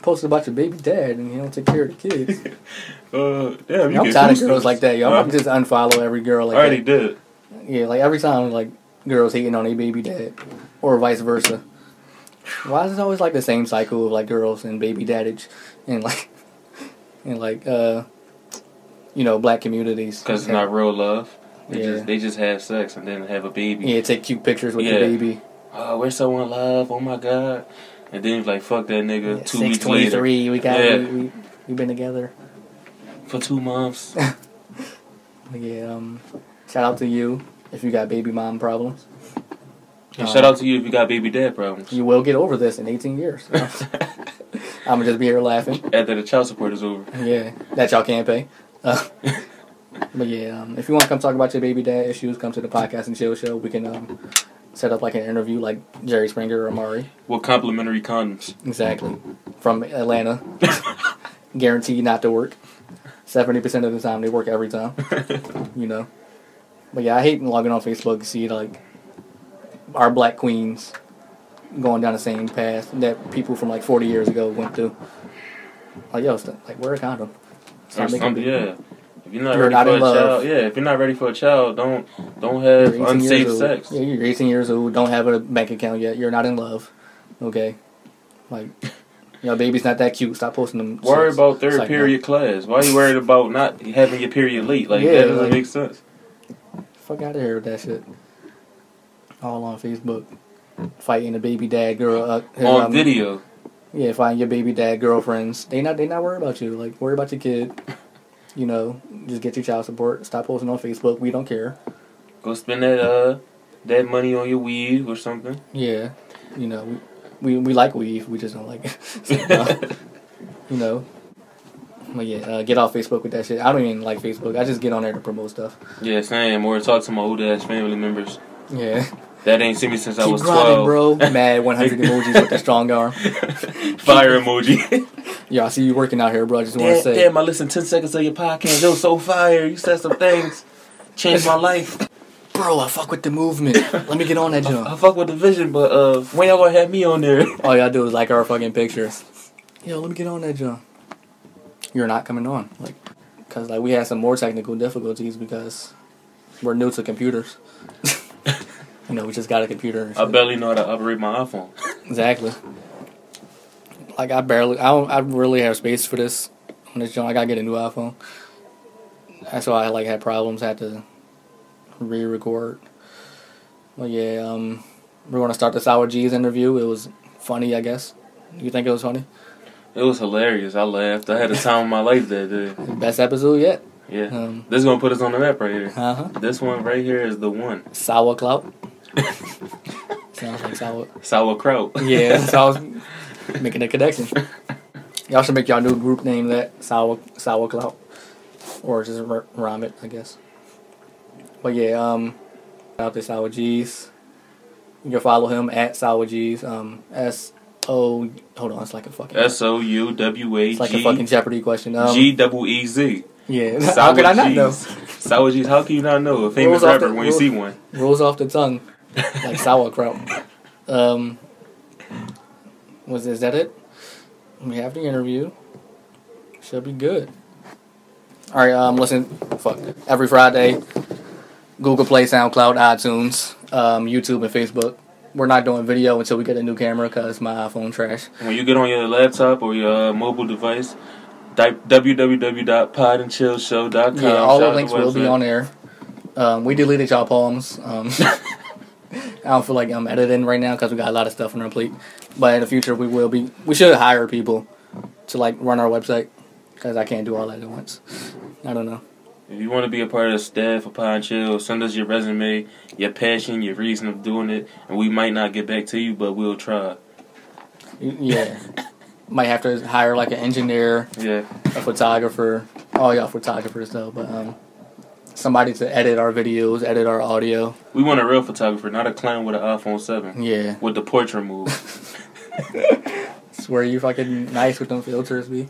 C: posted about your baby dad and he don't take care of the kids.
B: Uh, damn,
C: I'm tired of girls like that, yo. I'm just unfollow every girl like
B: already
C: that.
B: did.
C: Yeah, like every time like girls hating on their baby dad or vice versa. Why is it always like the same cycle of like girls and baby daddage and like and like uh you know black communities?
B: Because it's not real love. They,
C: Yeah.
B: just, they just have sex and then have a baby.
C: yeah, take cute pictures with your
B: Yeah.
C: baby.
B: Oh, we're so in love. Oh my god. And then you're like, fuck that nigga. two
C: Six
B: weeks
C: twenty
B: later.
C: three. We got
B: Yeah.
C: we, we we've been together.
B: For two months.
C: Yeah, um, shout out to you if you got baby mom problems. Um,
B: and shout out to you if you got baby dad problems.
C: You will get over this in 18 years. I'm gonna just be here laughing.
B: After the child support is over.
C: Yeah, that y'all can't pay. Uh, but yeah, um, if you want to come talk about your baby dad issues, come to the podcast and chill show. We can um, set up like an interview, like Jerry Springer or Amari.
B: With complimentary condoms.
C: Exactly, from Atlanta. Guaranteed not to work. Seventy percent of the time, they work every time. you know. But yeah, I hate logging on Facebook to see like our black queens going down the same path that people from like forty years ago went through. Like yo, st- like wear a condom.
B: Or
C: Stop making
B: something,
C: people-
B: yeah. If you're not
C: You're
B: ready
C: not
B: for
C: in
B: a
C: love.
B: child, yeah, if you're not ready for a child, don't don't
C: You're
B: have
C: 18
B: unsafe
C: years
B: sex.
C: Old. Yeah, you're 18 years old. Don't have a bank account yet. You're not in love. Okay, like your baby's not that cute. Stop posting them.
B: Worry
C: sex-
B: about third
C: psych-
B: period class. Why you worried about not having your period late? Like
C: Yeah,
B: that doesn't
C: like-
B: make sense.
C: Fuck out of here with that shit. All on Facebook, fighting the baby dad girl. Uh, his,
B: On
C: um,
B: video.
C: Yeah, fighting your baby dad girlfriends. They not they not worry about you. Like worry about your kid. You know, just get your child support. Stop posting on Facebook. We don't care.
B: Go spend that uh that money on your weave or something.
C: Yeah, you know, we we, we like weave. We just don't like it. So, uh, you know. But yeah, uh, get off Facebook with that shit. I don't even like Facebook. I just get on there to promote stuff.
B: Yeah, same. Or talk to my old ass family members
C: Yeah.
B: that ain't seen me since I
C: Keep
B: was
C: grinding,
B: twelve.
C: bro. Mad 100 emojis with the strong arm.
B: Fire emoji.
C: Yeah, I see you working out here, bro. I just want to
B: damn,
C: say.
B: damn, I listened ten seconds of your podcast. Yo, so fire. You said some things. Changed my life.
C: Bro, I fuck with the movement. Let me get on that
B: I
C: jump.
B: fuck with the vision, but uh, when y'all gonna have me on there?
C: All y'all do is like our fucking pictures. Yo, let me get on that jump. You're not coming on, like, cause like we had some more technical difficulties because we're new to computers. you know, we just got a computer. And
B: I
C: shit.
B: barely know how to operate my iPhone.
C: Exactly. Like I barely, I don't, I really have space for this on this joint. I gotta get a new iPhone. That's why I like had problems. had to re-record. But yeah, um, we're gonna start the Sour G's interview. It was funny, I guess. You think it was funny?
B: It was hilarious. I laughed. I had the time of my life that day.
C: Best episode yet.
B: Yeah.
C: Um,
B: this is gonna put us on the map right here.
C: Uh huh.
B: This one right here is the one.
C: Sauerkraut. Sounds like sour.
B: Sauerkraut.
C: Yeah, so I was making a connection. Y'all should make y'all new group name that sour sauerkraut, or just r- rhyme it, I guess. But yeah, um, out to sour G's. You can follow him at sour G's. Um, S O. Hold on, it's like a fucking.
B: S O U W A
C: it's like a fucking
B: G
C: Jeopardy question. Um,
B: G double E Z.
C: yeah. How could I not know?
B: Sour G's. How can you not know a
C: Rolls
B: famous
C: off
B: rapper
C: the-
B: when you
C: roll-
B: see one?
C: rolls off the tongue like sauerkraut. Um, was is that it? We have the interview. Should be good. All right. Um, listen. Fuck. Every Friday, Google Play, SoundCloud, iTunes, um, YouTube, and Facebook. We're not doing video until we get a new camera because my iPhone trash.
B: When you get on your laptop or your uh, mobile device, di- www.podandchillshow.com.
C: Yeah, all
B: Shout out
C: the
B: to
C: links will be
B: website.
C: on there. Um, we deleted y'all poems. Um, I don't feel like I'm editing right now because we got a lot of stuff on our plate. But in the future, we will be. We should hire people to like run our website because I can't do all that at once. I don't know.
B: If you want to be a part of the staff of Pine Chill, send us your resume, your passion, your reason of doing it, and we might not get back to you, but we'll try.
C: Yeah, might have to hire like an engineer,
B: Yeah,
C: a photographer. Oh yeah, photographers though, but um, somebody to edit our videos, edit our audio.
B: we want a real photographer, not a clown with an iPhone seven
C: Yeah,
B: with the portrait move.
C: swear you fucking nice with them filters, be.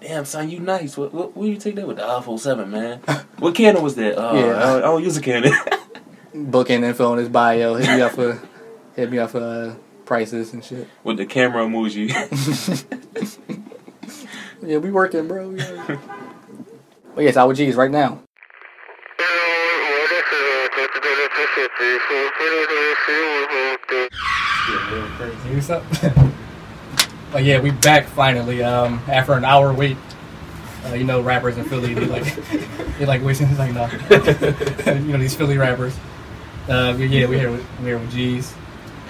B: Damn, son, you nice. What, what, where you take that with the iPhone seven, man? What Canon was that? Uh,
C: Yeah.
B: I, don't, I don't use a Canon.
C: Booking info on his bio. Hit me up for, hit me up for uh, prices and shit.
B: with the camera emoji.
C: Yeah, we working, bro. We working. but yes, our G's right now. What's up? but yeah, we back finally. Um, after an hour wait. Uh, you know, rappers in Philly, they like, they like wasting. It's like no, you know these Philly rappers. Uh, but yeah, we here with we here with G's.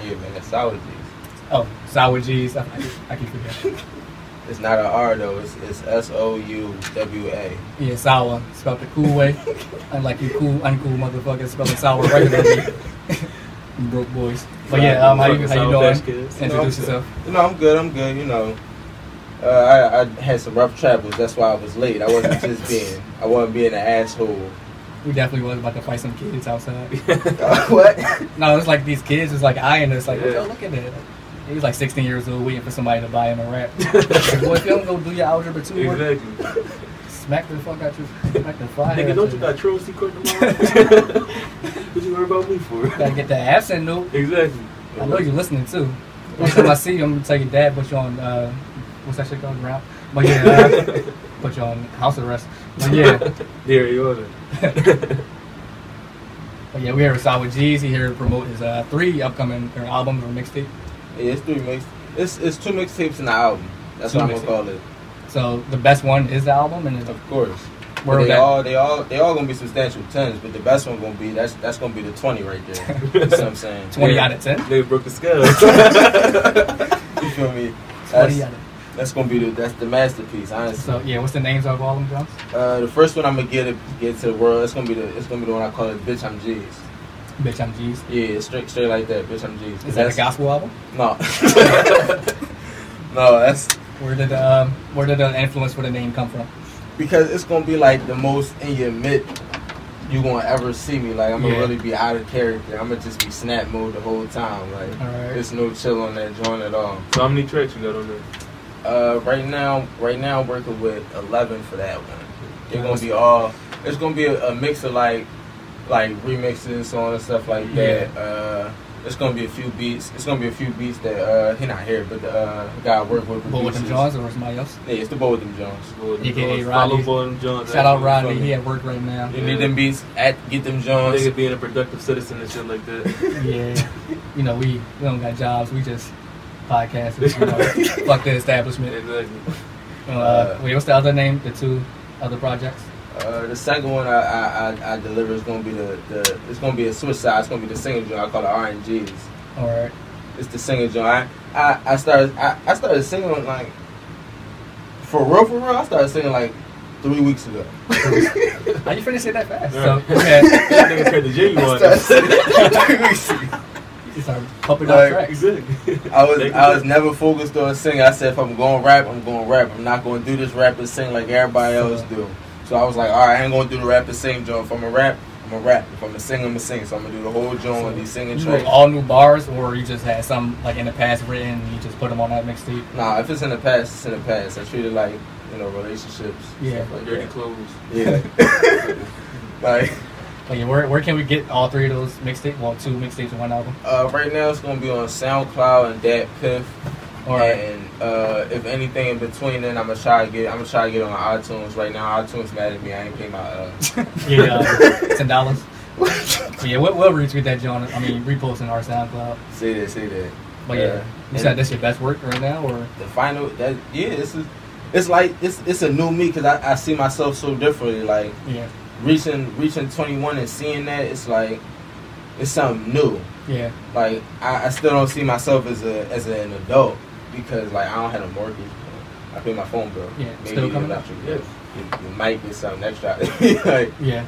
D: Yeah, man, that's solid G's.
C: Oh, sour G's. I, I, I keep forgetting.
D: It's not an R though. It's it's S O U W A.
C: Yeah, sour. Spelled the cool way. Unlike you cool, uncool motherfuckers spelling sour regularly. Broke boys. But yeah, um, how you, how you doing? Introduce yourself.
D: You know, I'm good. I'm good. You know, uh, I I had some rough travels. That's why I was late. I wasn't just being. I wasn't being an asshole.
C: We definitely was about to fight some kids outside.
D: what?
C: no, it's like these kids was like eyeing us, like,
B: Yeah.
C: yo, look at that. He was like 16 years old, waiting for somebody to buy him a rap. like, Boy, if you don't go do your algebra two work, smack the fuck out you, smack the fire. out you.
B: trolls to court tomorrow? what you worry about me for?
C: Gotta get the absent note.
B: Exactly.
C: I know you're listening too. Next time I see you, I'm gonna tell your dad put you on uh, what's that shit called, ground? But yeah, uh, put you on house arrest. But yeah,
B: There you are.
C: but yeah, we here with Sawa G's. He here to promote his uh, three upcoming or albums or mixtape.
D: Yeah, it's three mix. It's it's two mixtapes and an album. That's
C: Two
D: what I'm gonna
C: mixtapes.
D: call it.
C: So the best one is the album, and it's
D: Of course.
C: where
D: they
C: was that?
D: all they all they all gonna be substantial tens, but the best one gonna be that's that's gonna be the twenty right there. you see what I'm saying?
C: Twenty out of ten.
B: They broke the scale.
D: You feel me?
C: Twenty
D: That's-
C: out of
D: That's gonna be the that's the masterpiece, honestly.
C: So yeah, what's the names of all them drums?
D: Uh, the first one I'm gonna get it get to the world. It's gonna be the it's gonna be the one I call it "Bitch I'm G's."
C: Bitch, I'm G's.
D: Yeah, straight straight like that. Bitch I'm G's.
C: Is that a
D: That's-
C: gospel album?
D: No. no, that's
C: Where did the um, where did the influence for the name come from?
D: because it's gonna be like the most in your mid you gonna ever see me. Like I'm gonna
C: Yeah.
D: really be out of character. I'm gonna just be snap mode the whole time. Like
C: All right.
D: there's no chill on that joint at all.
B: so how many tracks you got on there?
D: Uh, right now, right now I'm working with eleven for that one. They're gonna be all. It's gonna be a, a mix of like, like remixes, so on and stuff like that. Uh, it's gonna be a few beats. It's gonna be a few beats that uh, he not here, but the uh, guy I work with.
C: Bull with them
D: produces.
C: Johns or somebody else?
D: Yeah, it's the boy with them Jones.
C: AKA
B: Follow
C: Rodney.
B: Boy and John.
C: Shout out
B: That's
C: Rodney,
B: funny.
C: he at work right now.
D: You need them beats at get them Jones.
B: Nigga being a productive citizen and shit like that.
C: Yeah, you know we we don't got jobs. We just podcast. You know, fuck the establishment.
B: exactly.
C: Uh, wait, what's the other name? The two other projects.
D: Uh, the second one I, I, I, I deliver is gonna be the, the it's gonna be a suicide. It's gonna be the single joint I call the RNGs.
C: All right.
D: It's the singer joint. I, I, I started I, I started singing like for real for real. I started singing like three weeks ago.
C: How you finish it that fast?
B: Alright.
C: So okay,
B: That nigga turned the jig
D: I
B: on.
D: started singing three weeks ago.
C: just start pumping out
D: Like-
C: tracks.
B: Exactly.
D: I was
B: Nigga,
D: I was never focused on singing. I said if I'm going rap, I'm going rap. I'm not going to do this rap and sing like everybody
C: So-
D: else do. So I was like, all right, I ain't going to do the rap and sing joint. If I'm a rap, I'm a rap. If I'm a sing, I'm a sing. So I'm gonna do the whole joint with these singing
C: You
D: tracks.
C: wrote all new bars, or you just had some like in the past written, and you just put them on that mixtape.
D: Nah, if it's in the past, it's in the past. I treat it like you know relationships.
C: Yeah.
D: stuff like
B: Dirty
D: that.
B: clothes.
D: Yeah. like.
C: But yeah, where where can we get all three of those mixtape? Well, two mixtapes and one album.
D: Uh, right now, it's gonna be on SoundCloud and Dat Piff,
C: All right.
D: and uh, if anything in between, then I'm gonna try to get I'm gonna try to get on iTunes. Right now, iTunes mad at me. I ain't pay my uh,
C: Yeah, uh, ten dollars. yeah, we'll, we'll retweet that, John. I mean, repost in our SoundCloud.
D: say that, say that.
C: But Oh, yeah,
D: Yeah.
C: you said that's your best work right now, or
D: The final that yeah, this is it's like it's it's a new me because I, I see myself so differently. Like
C: yeah,
D: reaching reaching 21 and seeing that, it's like it's something new.
C: Yeah.
D: Like I, I still don't see myself as a as an adult because like I don't have a mortgage. I pay my phone bill.
C: Yeah,
D: Maybe
C: still coming up.
D: electric bill. You, you might get something extra. like
C: Yeah.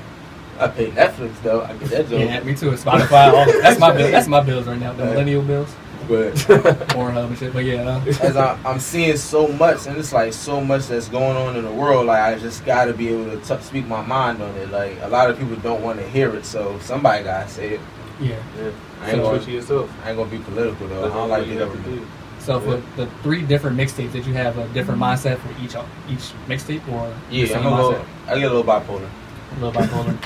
D: I pay Netflix though. I get that joke.
C: Yeah, me too. Spotify. All, that's my bill. That's my bills right now. The
D: Right.
C: millennial bills,
D: But
C: Pornhub and shit. But yeah, uh,
D: as I, I'm seeing so much, and it's like so much that's going on in the world. Like I just got to be able to t- speak my mind on it. Like a lot of people don't want to hear it, so somebody gotta say it.
C: yeah.
B: Yeah.
D: I ain't,
B: Switch
D: gonna,
B: it yourself.
D: I ain't gonna be political though. I don't like the government.
C: So for the three different mixtapes that you have a different mindset for each each mixtape or the
D: Yeah,
C: same
D: I'm a little,
C: mindset?
D: I get a little bipolar.
C: A little bipolar.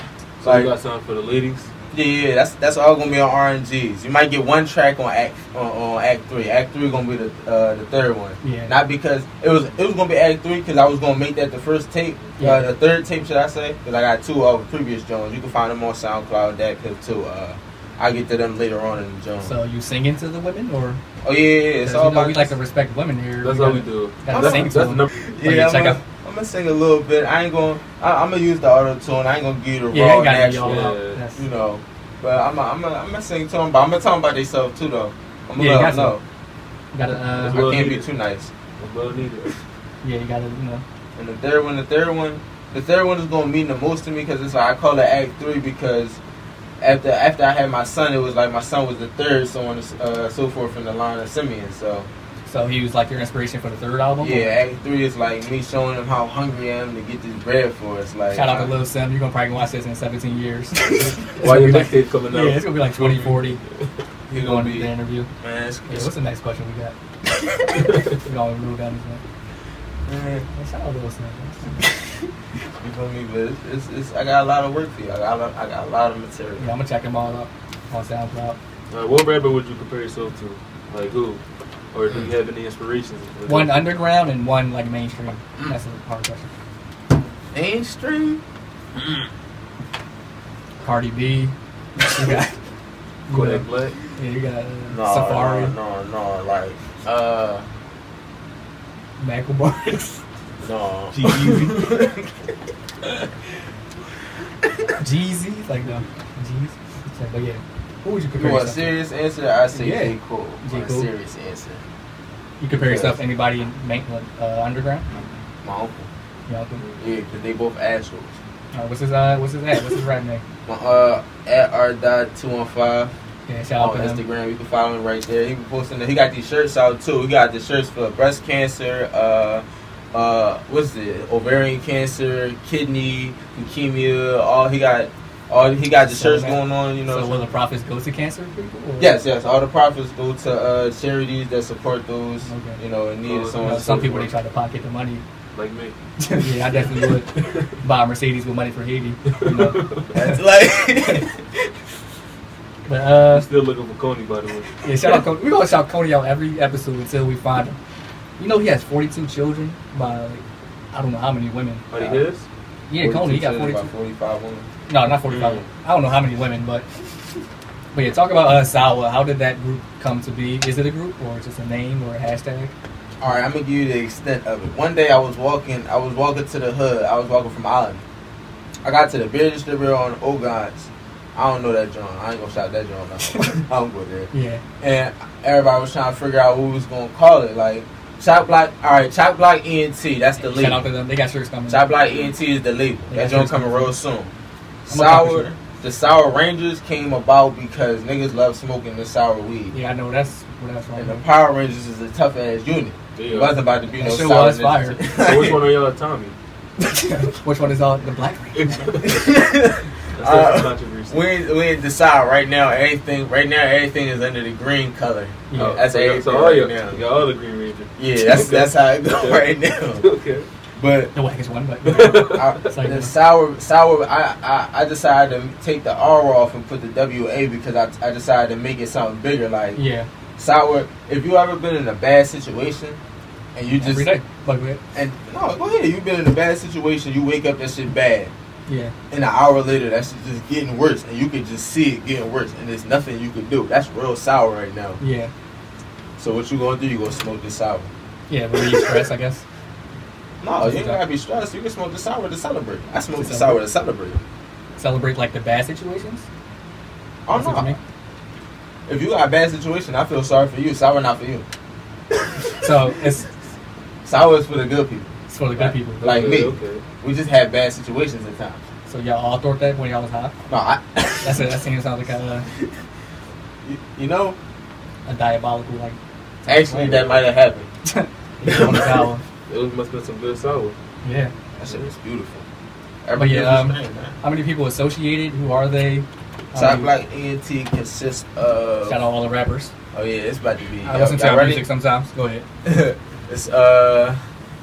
B: So
D: Like
B: you got something for the ladies?
D: Yeah, yeah, that's that's all gonna be on RNGs. You might get one track on Act on, on Act Three. Act Three gonna be the uh, the third one.
C: Yeah.
D: Not because it was it was gonna be Act Three because I was gonna make that the first tape,
C: Yeah.
D: uh, the third tape should I say? Because I got two of the previous Jones. You can find them on SoundCloud, that clip too. Uh, I'll get to them later on in the Jones.
C: so you singing to the women or?
D: oh yeah, yeah, yeah. it's
C: 'cause,
D: all
C: you know,
D: about
C: we like to respect women here.
B: That's
C: we
B: all we
C: gotta-
B: do.
C: gotta
B: That's,
C: sing
B: that's
C: to
B: the
C: them.
B: number.
C: Like,
D: Yeah, I'm
C: check
D: gonna, I'm gonna sing a little bit. I ain't gonna I, I'm gonna use the auto tune. I ain't gonna give you the
C: Yeah,
D: raw
C: it gotta be
D: natural.
C: all out.
B: Yeah.
C: That's-
D: you know. But I'm a, I'm a, I'm gonna sing to them, but I'm gonna tell them about themselves too though. I'm
C: Yeah,
D: gonna
C: you
D: let
C: got
D: them
C: to.
D: know.
C: you gotta,
D: I
C: uh,
B: Well,
D: can't be
B: you-
D: too nice.
B: Well needed.
C: yeah, you gotta, you know.
D: And the third one, the third one, the third one is gonna mean the most to me because it's like I call it Act Three because after after I had my son, it was like my son was the third, so on and s- uh, so forth in the line of Simeon. So
C: So he was like your inspiration for the third album. or-
D: yeah, Act Three is like me showing them how hungry I am to get this bread for us. Like
C: Shout out
D: uh,
C: to Lil Sim. You're gonna probably watch this in 17 years. It's
B: Why
C: gonna
B: your
C: be like-
B: mixtape coming
C: Yeah,
B: out?
C: it's gonna be like 2040.
D: He
C: going
D: gonna
C: to
D: be
C: the
D: man.
C: interview.
D: It's,
C: Yeah,
D: it's,
C: what's the next question we got? we always rule down his name.
D: man,
C: Hey, Shout out to Lil Sim.
D: you feel me? But it's, it's, it's I got a lot of work for you. I got a lot, I got a lot of material.
C: Yeah, I'm gonna check them all up on SoundCloud.
B: Like, what rapper would you compare yourself to? Like who? Or do you have any inspirations?
C: One underground and one like mainstream. That's a hard question.
D: Mainstream.
C: Cardi B. You got, you
B: Kodak
C: got,
B: Black.
C: yeah, you got uh,
D: No,
C: Safari,
D: no, no, no, like uh,
C: Macklemore,
D: no.
C: Jeezy. Like no, Jeezy. It's like, But yeah, who would you
D: You
C: compare
D: want
C: yourself?
D: a
C: to?
D: serious answer? I say
C: Yeah.
D: J. Cole.
C: J.
D: Want a
C: Cole.
D: serious answer.
C: You compare yourself to anybody in main, uh, underground?
D: My uncle.
C: You know, who-
D: Yeah, because they both assholes.
C: uh, what's his uh, what's his name? What's his rap name?
D: My, uh, at R dot two one five
C: Yeah, shout out
D: on
C: to him.
D: Instagram. You can follow him right there. He be posting. The, he got these shirts out too. He got the shirts for breast cancer. Uh. Uh, what's it? Ovarian cancer, kidney, leukemia. All he got, all he got the
C: So
D: shirts
C: that-
D: going on. You know,
C: so will the profits go to cancer people? Or?
D: Yes, yes. All the profits go to uh, charities that support those,
C: Okay.
D: you know, in
B: So,
D: need. and
C: You
D: So on
C: know,
D: and so
C: some people
D: forth.
C: they try to pocket the money.
B: Like me.
C: yeah, I definitely would buy a Mercedes with money for Haiti. You know?
D: That's like,
C: But
B: I'm
C: uh,
B: still looking for Coney, by the way.
C: yeah, shout out. Cody. We gonna shout Cody out every episode until we find him. You know he has 42 children by like, I don't know how many women.
B: Are they his?
C: Yeah, Cody, he got 42.
D: About forty-five women.
C: No, not 45.
B: Mm.
C: I don't know how many women, but but yeah, talk about uh, Sawa. How did that group come to be? Is it a group or is it a name or a hashtag?
D: All right, I'm gonna give you the extent of it. One day I was walking, I was walking to the hood. I was walking from Island. I got to the beer distributor on Ogons. I don't know that John. I ain't gonna shout that John. out. I don't go there.
C: Yeah,
D: and everybody was trying to figure out what we was gonna call it. Like Chop Block, all right, Chop Block ENT. That's the
C: shout out
D: lead.
C: to them. They got shirts coming.
D: Chop Block ENT E is the label.
C: Yeah,
D: That joint
C: that's
D: coming
C: cool.
D: real
C: I'm
D: soon.
C: a copy
D: Sour, the Sour Rangers came about because niggas love smoking the sour weed.
C: Yeah, I know that's what that's wrong.
D: And the
C: with.
D: Power Rangers is a tough ass unit.
B: They
D: It
B: are.
D: wasn't about to be
C: That
D: no
C: shit
D: sour
C: was
D: ninjas.
C: fire.
B: So which one are y'all, Tommy?
C: Which one is all the black?
B: That's
D: Uh,
B: a controversy.
D: we ain't- we ain't decide right now. Everything right now, everything is under the green color.
C: Yeah.
B: Oh,
D: that's
B: so y'all- so
D: everything
B: all
D: right
B: y'all,
D: now.
B: y'all are the Green Ranger.
D: Yeah, that's that's how it goes
B: Okay.
D: right now.
B: okay.
D: But
C: The wackest one, but
D: I,
C: It's like-
D: the sour, sour. I, I, I decided to take the R off and put the W A because I, I decided to make it something bigger. Like
C: yeah,
D: sour. If you ever been in a bad situation, and you just
C: every day. But but-
D: and no, go ahead. You've been in a bad situation. You wake up, that shit bad.
C: yeah,
D: And an hour later, that shit just getting worse, and you could just see it getting worse, and there's nothing you could do. That's real sour right now.
C: yeah,
D: So what you gonna do? You gonna smoke this sour?
C: yeah. Relieve stress, I guess.
D: No, you ain't gotta be stressed. You can smoke the sour to celebrate. I smoked the sour to celebrate.
C: Celebrate like the bad situations.
D: Oh
C: That's me.
D: no. If you got a bad situation, I feel sorry for you. Sour not for you.
C: So it's
D: Sour is for the good people.
C: it's for the good people.
D: Like me.
B: Okay.
D: We just have bad situations at times.
C: So y'all all thought that when y'all was high.
D: No, I.
C: That's it. That seems sounds like a,
D: You, you know,
C: a diabolical like.
D: actually, that might have happened.
C: you know, on the tower.
B: It must have been some good sour.
C: Yeah.
D: That shit was beautiful.
C: But yeah, um,
D: Everything was man.
C: How many people associated? Who are they? I
D: Top
C: mean,
D: Black ENT consists
C: Shout out
D: of.
C: all the rappers.
D: Oh yeah, it's about to be.
C: I listen to
D: y'all
C: our
D: ready?
C: music sometimes. Go ahead.
D: it's uh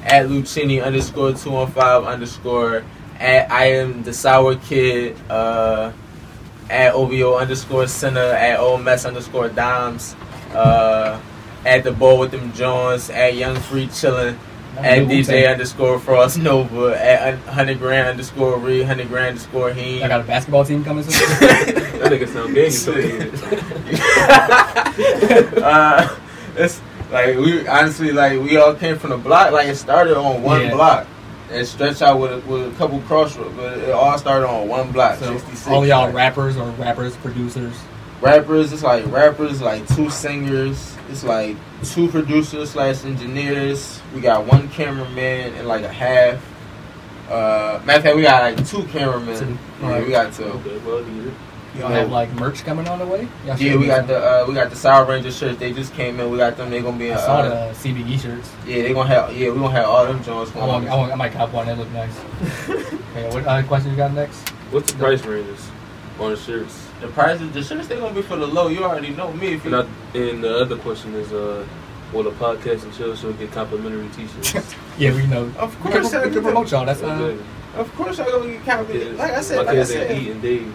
D: at Lucini underscore two one five underscore at I am the sour kid uh at OVO underscore center at old mess underscore dimes uh at the ball with them Jones at young free chillin at DJ underscore frost nova at un- hundred grand underscore reed hundred grand underscore heen
C: I got a basketball team coming soon.
B: That nigga sound gay. so
D: uh, it's like we honestly like we all came from the block. Like it started on one
C: Yeah.
D: block and stretched out with a, with a couple crossroads, but it all started on one block.
C: so
D: 66,
C: all y'all
D: like,
C: rappers or rappers, producers.
D: rappers. It's like rappers, like two singers. It's like two producers slash engineers. We got one cameraman and like a half. Uh, matter of fact, we got like two cameramen.
C: Two.
D: Yeah,
C: Alright.
D: we got two.
B: Okay, well, you-
C: Y'all
D: Yeah.
C: have like merch coming on the way. Y'all
D: Yeah,
C: should
D: we
C: be-
D: got the uh, we got the Sour Ranger shirts. They just came in. We got them. They gonna be.
C: I
D: in,
C: saw
D: uh,
C: the CBE shirts.
D: Yeah, they gonna have yeah, we gonna have all them Jones
C: I, want, I, want, I might cop one. They look nice. okay, what other questions you got next?
B: What's the price ranges on the shirts?
D: The prices, the shirts they gonna be for the low. You already know me. If you
B: And I, and the other question is, uh, will the podcast and chill show get complimentary T-shirts?
C: Yeah, we know.
D: of
C: We can,
D: course, I
C: we can promote y'all. That's uh,
B: Okay.
D: of course, I gonna get
B: My
D: counted.
B: kids-
D: Like I
B: my
D: said, like I
B: kids ain't
D: said,
B: eating days.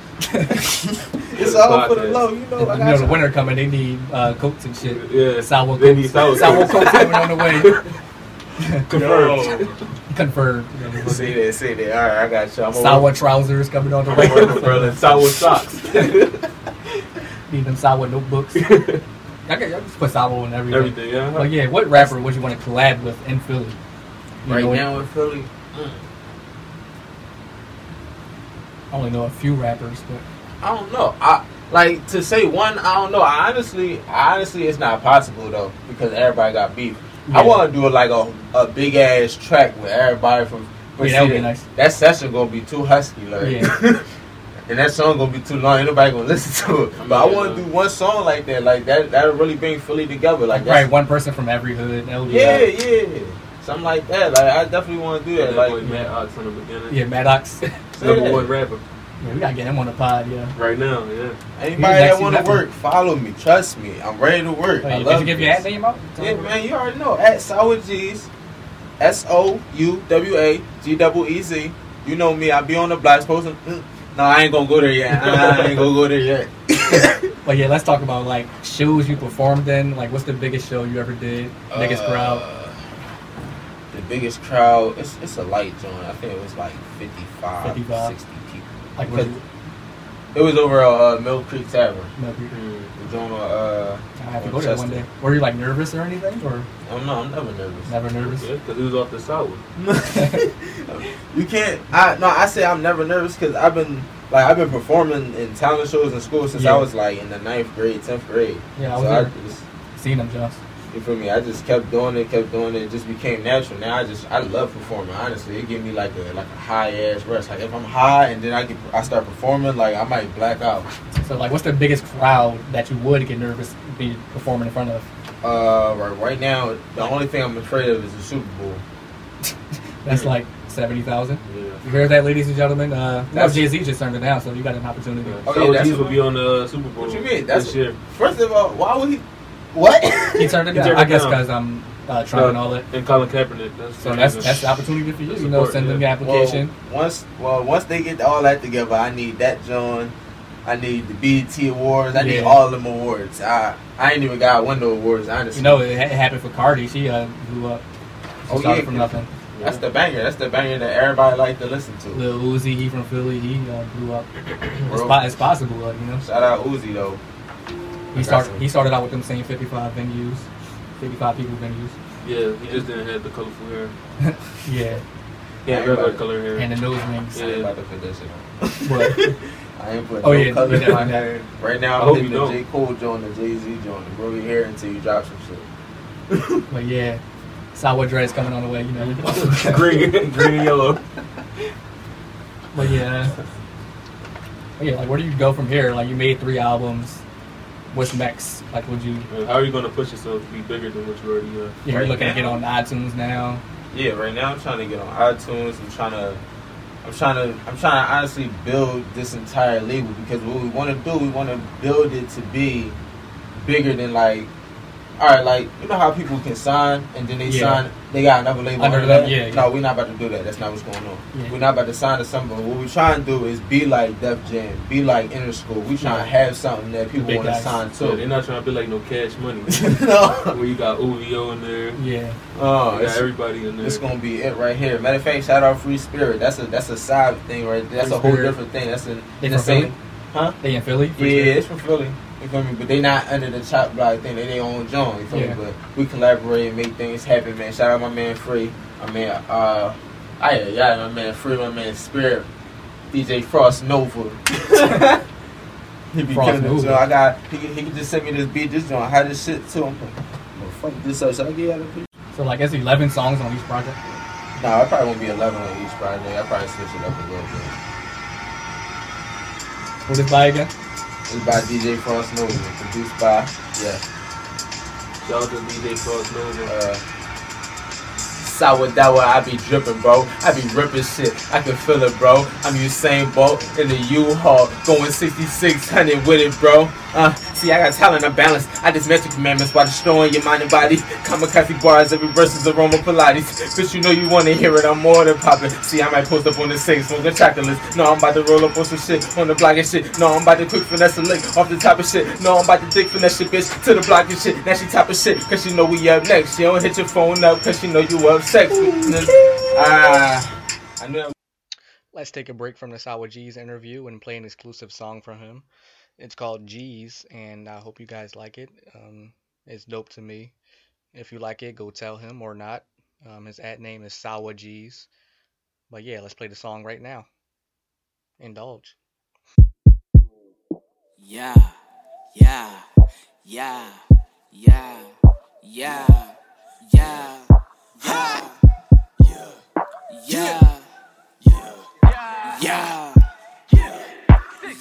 D: it's all for the low. You know,
C: you
D: Oh,
C: know the
D: I got you.
C: winter coming. They need uh, coats and shit.
B: Yeah,
C: Sour
B: They need
C: coats.
B: sour
C: Sour
B: coats.
C: coats coming on the way.
B: Confirmed.
C: Confirmed.
D: Say that, say that. All right, I got you. I'm gonna
C: Sour
D: work-
C: trousers coming on the
D: I'm gonna work
C: way.
D: with Berlin.
B: Sour socks.
C: Need them sour notebooks. I can y'all just put sour on everything.
B: Everything, yeah.
C: But yeah, what rapper would you want to collab with in Philly? You
D: Right
C: know,
D: now in Philly,
C: I only know a few rappers, but
D: I don't know. I like to say one. I don't know. I honestly, I honestly, it's not possible though because everybody got beef. I
C: Yeah.
D: want to do like a a big ass track with everybody from. but
C: Yeah, that would
D: see,
C: be nice.
D: That session gonna be too husky, like,
C: Yeah.
D: and that song gonna be too long. Ain't nobody gonna listen to it. But I want to
B: Yeah.
D: do one song like that, like that. That'll really bring Philly together, like
C: right,
D: that.
C: one person from every hood. That'll be
D: Yeah,
C: that.
D: yeah, something like that. Like I definitely want to do
B: Yeah,
D: that.
B: that
D: Like
B: boy Matt Ox in the beginning.
C: yeah, Maddox.
D: say
B: Number
D: that.
B: one rapper
C: Yeah, we gotta get him on the pod. Yeah.
B: right now. Yeah.
D: Anybody that
C: next
D: want to
C: level.
D: work, follow me. Trust me, I'm ready to work. I
C: Hey, did
D: love
C: Oh, you give
D: this.
C: your ad name out?
D: Yeah, man, you already know. At Sour G's, S O U W A G double E Z. You know me. I be on the blocks posting. Mm. No, I ain't gonna go there yet. I ain't gonna go there yet.
C: But yeah, let's talk about like shows you performed in. Like, what's the biggest show you ever did? Biggest
D: Uh,
C: crowd.
D: The biggest crowd. It's it's a light joint. I think it was like 55,
C: 55.
D: 60 people.
C: Like, was it?
D: It was over at uh, Mill Creek Tavern.
C: no, we-
D: The joint. Uh,
C: I have to go there one day. Were you like nervous or anything, or
D: I don't know. I'm never nervous.
C: never nervous?
B: Yeah, because he was off the sour.
D: you can't. I no. I say I'm never nervous because I've been like I've been performing in talent shows in school since
C: Yeah.
D: I was like in the ninth grade, tenth grade.
C: Yeah, I was
D: so
C: there.
D: I just
C: Seen him, Josh.
D: you feel me? I just kept doing it, kept doing it. It just became natural. Now I just I love performing. Honestly, it give me like a like a high ass rush. Like if I'm high and then I get I start performing, like I might black out.
C: So like, what's the biggest crowd that you would get nervous be performing in front of?
D: Uh, right right now the only thing I'm afraid of is the Super Bowl.
C: That's like seventy thousand.
B: Yeah.
C: You heard that, ladies and gentlemen? Uh, now
D: That's-
C: Jay Z just turned it down, so you got an opportunity.
B: Yeah.
D: Oh, yeah,
B: Sour
D: that's-
B: G's will be on the Super Bowl.
D: What you mean? That's-
B: this year
D: First of all, why would he? What?
C: He turned it
B: He
C: down.
B: turned
C: I
B: it
C: guess
B: down.
C: because I'm uh, trying and
B: No.
C: all that.
B: and Colin Kaepernick. That's
C: So that's that's the opportunity for you.
B: The
C: You know,
B: support,
C: send them your
B: yeah.
C: application.
D: Well, once well once they get all that together, I need that John. I need the BET awards. I need
C: Yeah.
D: all them awards. I I ain't even got one of the awards. Honestly,
C: you know, it, ha- it happened for Cardi. She uh, blew up. She
D: Oh,
C: started
D: yeah.
C: from nothing.
D: that's the banger. That's the banger that everybody like to listen to.
C: Lil Uzi, he from Philly, he uh, blew up. It's,
D: Bro.
C: po- it's possible, uh, you know.
D: Shout out Uzi though.
C: He started he started out with them same 55 venues, 55 people venues.
B: Yeah, he just didn't have the colorful hair.
C: Yeah,
E: Yeah, regular color hair.
C: and the nose rings.
F: I'm
E: Yeah.
F: about to put that shit on.
C: But
F: I ain't putting
C: Oh,
F: no
C: yeah,
F: color
C: yeah.
F: in my hair. Right now,
E: I
F: I'm
E: hope
F: hitting
E: you
F: the
E: don't.
F: J. Cole joint, the Jay Z joint, and grow your hair until you drop some shit.
C: but yeah, sour dreads coming on the way, you know.
E: green, green, and yellow.
C: But yeah, but yeah, like where do you go from here? Like you made three albums. What's next? Like, would you?
E: Uh, How are you gonna push yourself to be bigger than what you already are?
C: Yeah, you're
F: Right
C: looking
F: now?
C: to get on iTunes now.
F: Yeah, right now I'm trying to get on iTunes. I'm trying to, I'm trying to, I'm trying to honestly build this entire label because what we want to do, we want to build it to be bigger than like, all right, like you know how people can sign and then they
C: Yeah.
F: sign, they got another label
C: Under
F: under
C: them,
F: that.
C: yeah, yeah.
F: No, we're not about to do that. That's not what's going on.
C: Yeah.
F: We're not about to sign to somebody. What we're trying to do is be like Def Jam, be like Inner School. We trying to have something that people
C: big
F: want to
C: guys.
F: sign
E: So they're
F: to.
E: not trying to be like no cash money.
F: no,
E: where you got OVO in there, you
C: Yeah,
F: oh,
E: got everybody in there.
F: It's gonna be it right here. Matter of fact, shout out Free Spirit. That's a that's a side thing right there. That's
C: Free
F: a whole
C: Spirit.
F: different thing. That's in,
C: They
F: in the
C: from Philly?
F: same Huh?
C: they in Philly.
F: Yeah, it's from Philly. You feel me? But they not under the chop block thing. They their own joint. You feel
C: Yeah.
F: me? But we collaborate and make things happen, man. Shout out my man Free. My man uh I yeah, my man Free, my man Spirit. DJ Frost Nova. he be
C: Frost
F: killing it.
C: Nova.
F: So I got he, he can just send me this beat, this joint, how this shit too. I'm like, well, fuck this up. Should I get out of here?
C: So like, that's 11 songs on each project.
F: No, I probably won't be 11 on each project. I probably switch it up a little bit.
C: What is by again?
F: It's by DJ Frost Nova, produced by yeah,
E: Shout out to DJ Frost Nose and
F: uh, Sourdough. I be dripping, bro. I be ripping shit. I can feel it, bro. I'm Usain Bolt in the U-Haul, going 6600 with it, bro. Uh, see, I got talent, I'm balanced. I just met your commandments while destroying your mind and body. Kamikaze bars, every verse is aroma Pilates. Bitch, you know you wanna hear it. I'm more than poppin'. See, I might post up on the six, smoking chocolates. No, I'm about to roll up on some shit on the block and shit. No, I'm about to quick finesse a lick off the top of shit. No, I'm about to dick finesse your bitch to the block and shit. Now she top of shit, cause she know we up next. She don't hit your phone up, cause she know you up sex. Ah, I knew that
G: Let's take a break from the Sawa G's interview and play an exclusive song from him. It's called G's, and I hope you guys like it. Um, it's dope to me. If you like it, go tell him or not. Um, his at name is Sawa G's. But yeah, let's play the song right now. Indulge.
H: Yeah, yeah, yeah, yeah, yeah, yeah, yeah, yeah, yeah, yeah, yeah,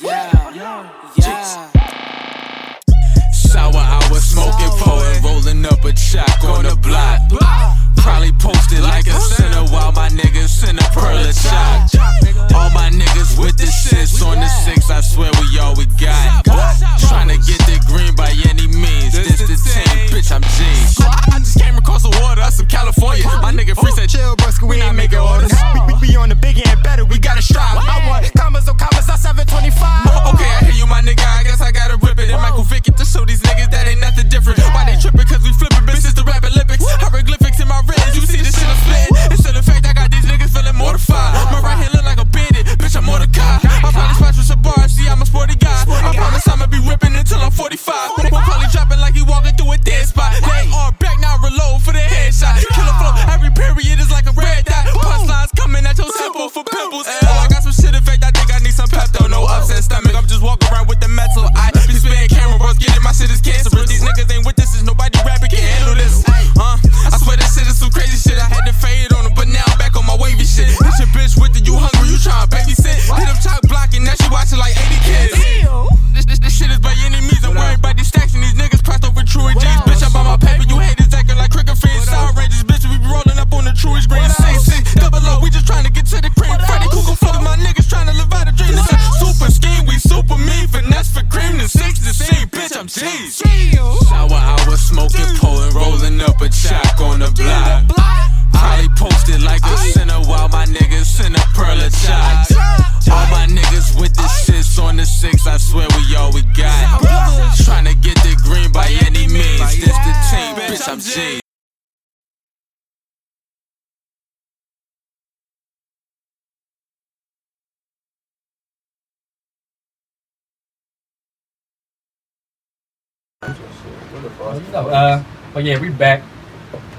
H: yeah, yeah.
D: Sour hour smoking for it, rolling up a check on the block. Probably posted like a sinner while my niggas in a pearl of shot. All my niggas with the shits on the six, I swear we all we got. Tryna get the green by any means. This the team, bitch, I'm G's. I just came across the water, us some California. My nigga Free said,
I: Chill, brusque, we
D: We
I: not
D: ain't
I: making
D: making
I: orders. We,
D: orders.
I: we, we on the bigger and better, we gotta strive. I want commas on commas, I 725.
D: Okay, I hear you, my nigga. I guess I gotta rip it. And Michael Vick it to show these niggas that ain't nothing different. Why they trippin'? Cause we flippin', bitch. It's the rap Olympics. Hieroglyphics in my rims. You see this shit I'm splitting. It's still a fact I got these niggas feeling mortified. My right hand look like a bandit. Bitch, I'm Mordecai. I probably spot you some bars. See, I'm a sporty guy. I promise I'ma be rippin' until I'm 45. We'll probably droppin' like he walking through a dead spot. Lay arm back now, reload for the headshot. Killer flow. Every period is like a red dot. Punchlines coming at your temple for pimples. Hell, I got some shit in fact. I think I need some Pepto. No upset stomach. I'm just walking around with the metal. I be spitting camera bros. Getting my shit is cancerous. These niggas ain't with this. Is nobody rapping can handle this. Uh, I swear this shit is some crazy shit. I had to fade on it, but now I'm back on my wavy shit. Hit your bitch with it. You hungry? You tryna babysit? Hit them chop block and now she watching like 80 kids. This, this, this shit is by any means. I'm worried about these stacks and these niggas crossed over Truey G's. Bitch, I'm on my paper. You haters acting like cricket fans. Sour Rangers, bitch. We be rolling up on the Truey's green. Six, six, double O. We just trying to get to the cream. Freddy Cougar flow. My niggas trying to live out a dream. This a super scheme. We super mean. Finesse for cream. The six to see. Bitch, I'm G's. Sour hour smoking, pulling, rolling up a check on the block. Probably posted like a sinner while my niggas in a pearl of shot. All my niggas with the shits on the six, I swear we all we got. Tryna get the green by any means. This the team, bitch, I'm G.
C: No, uh, but yeah, we back.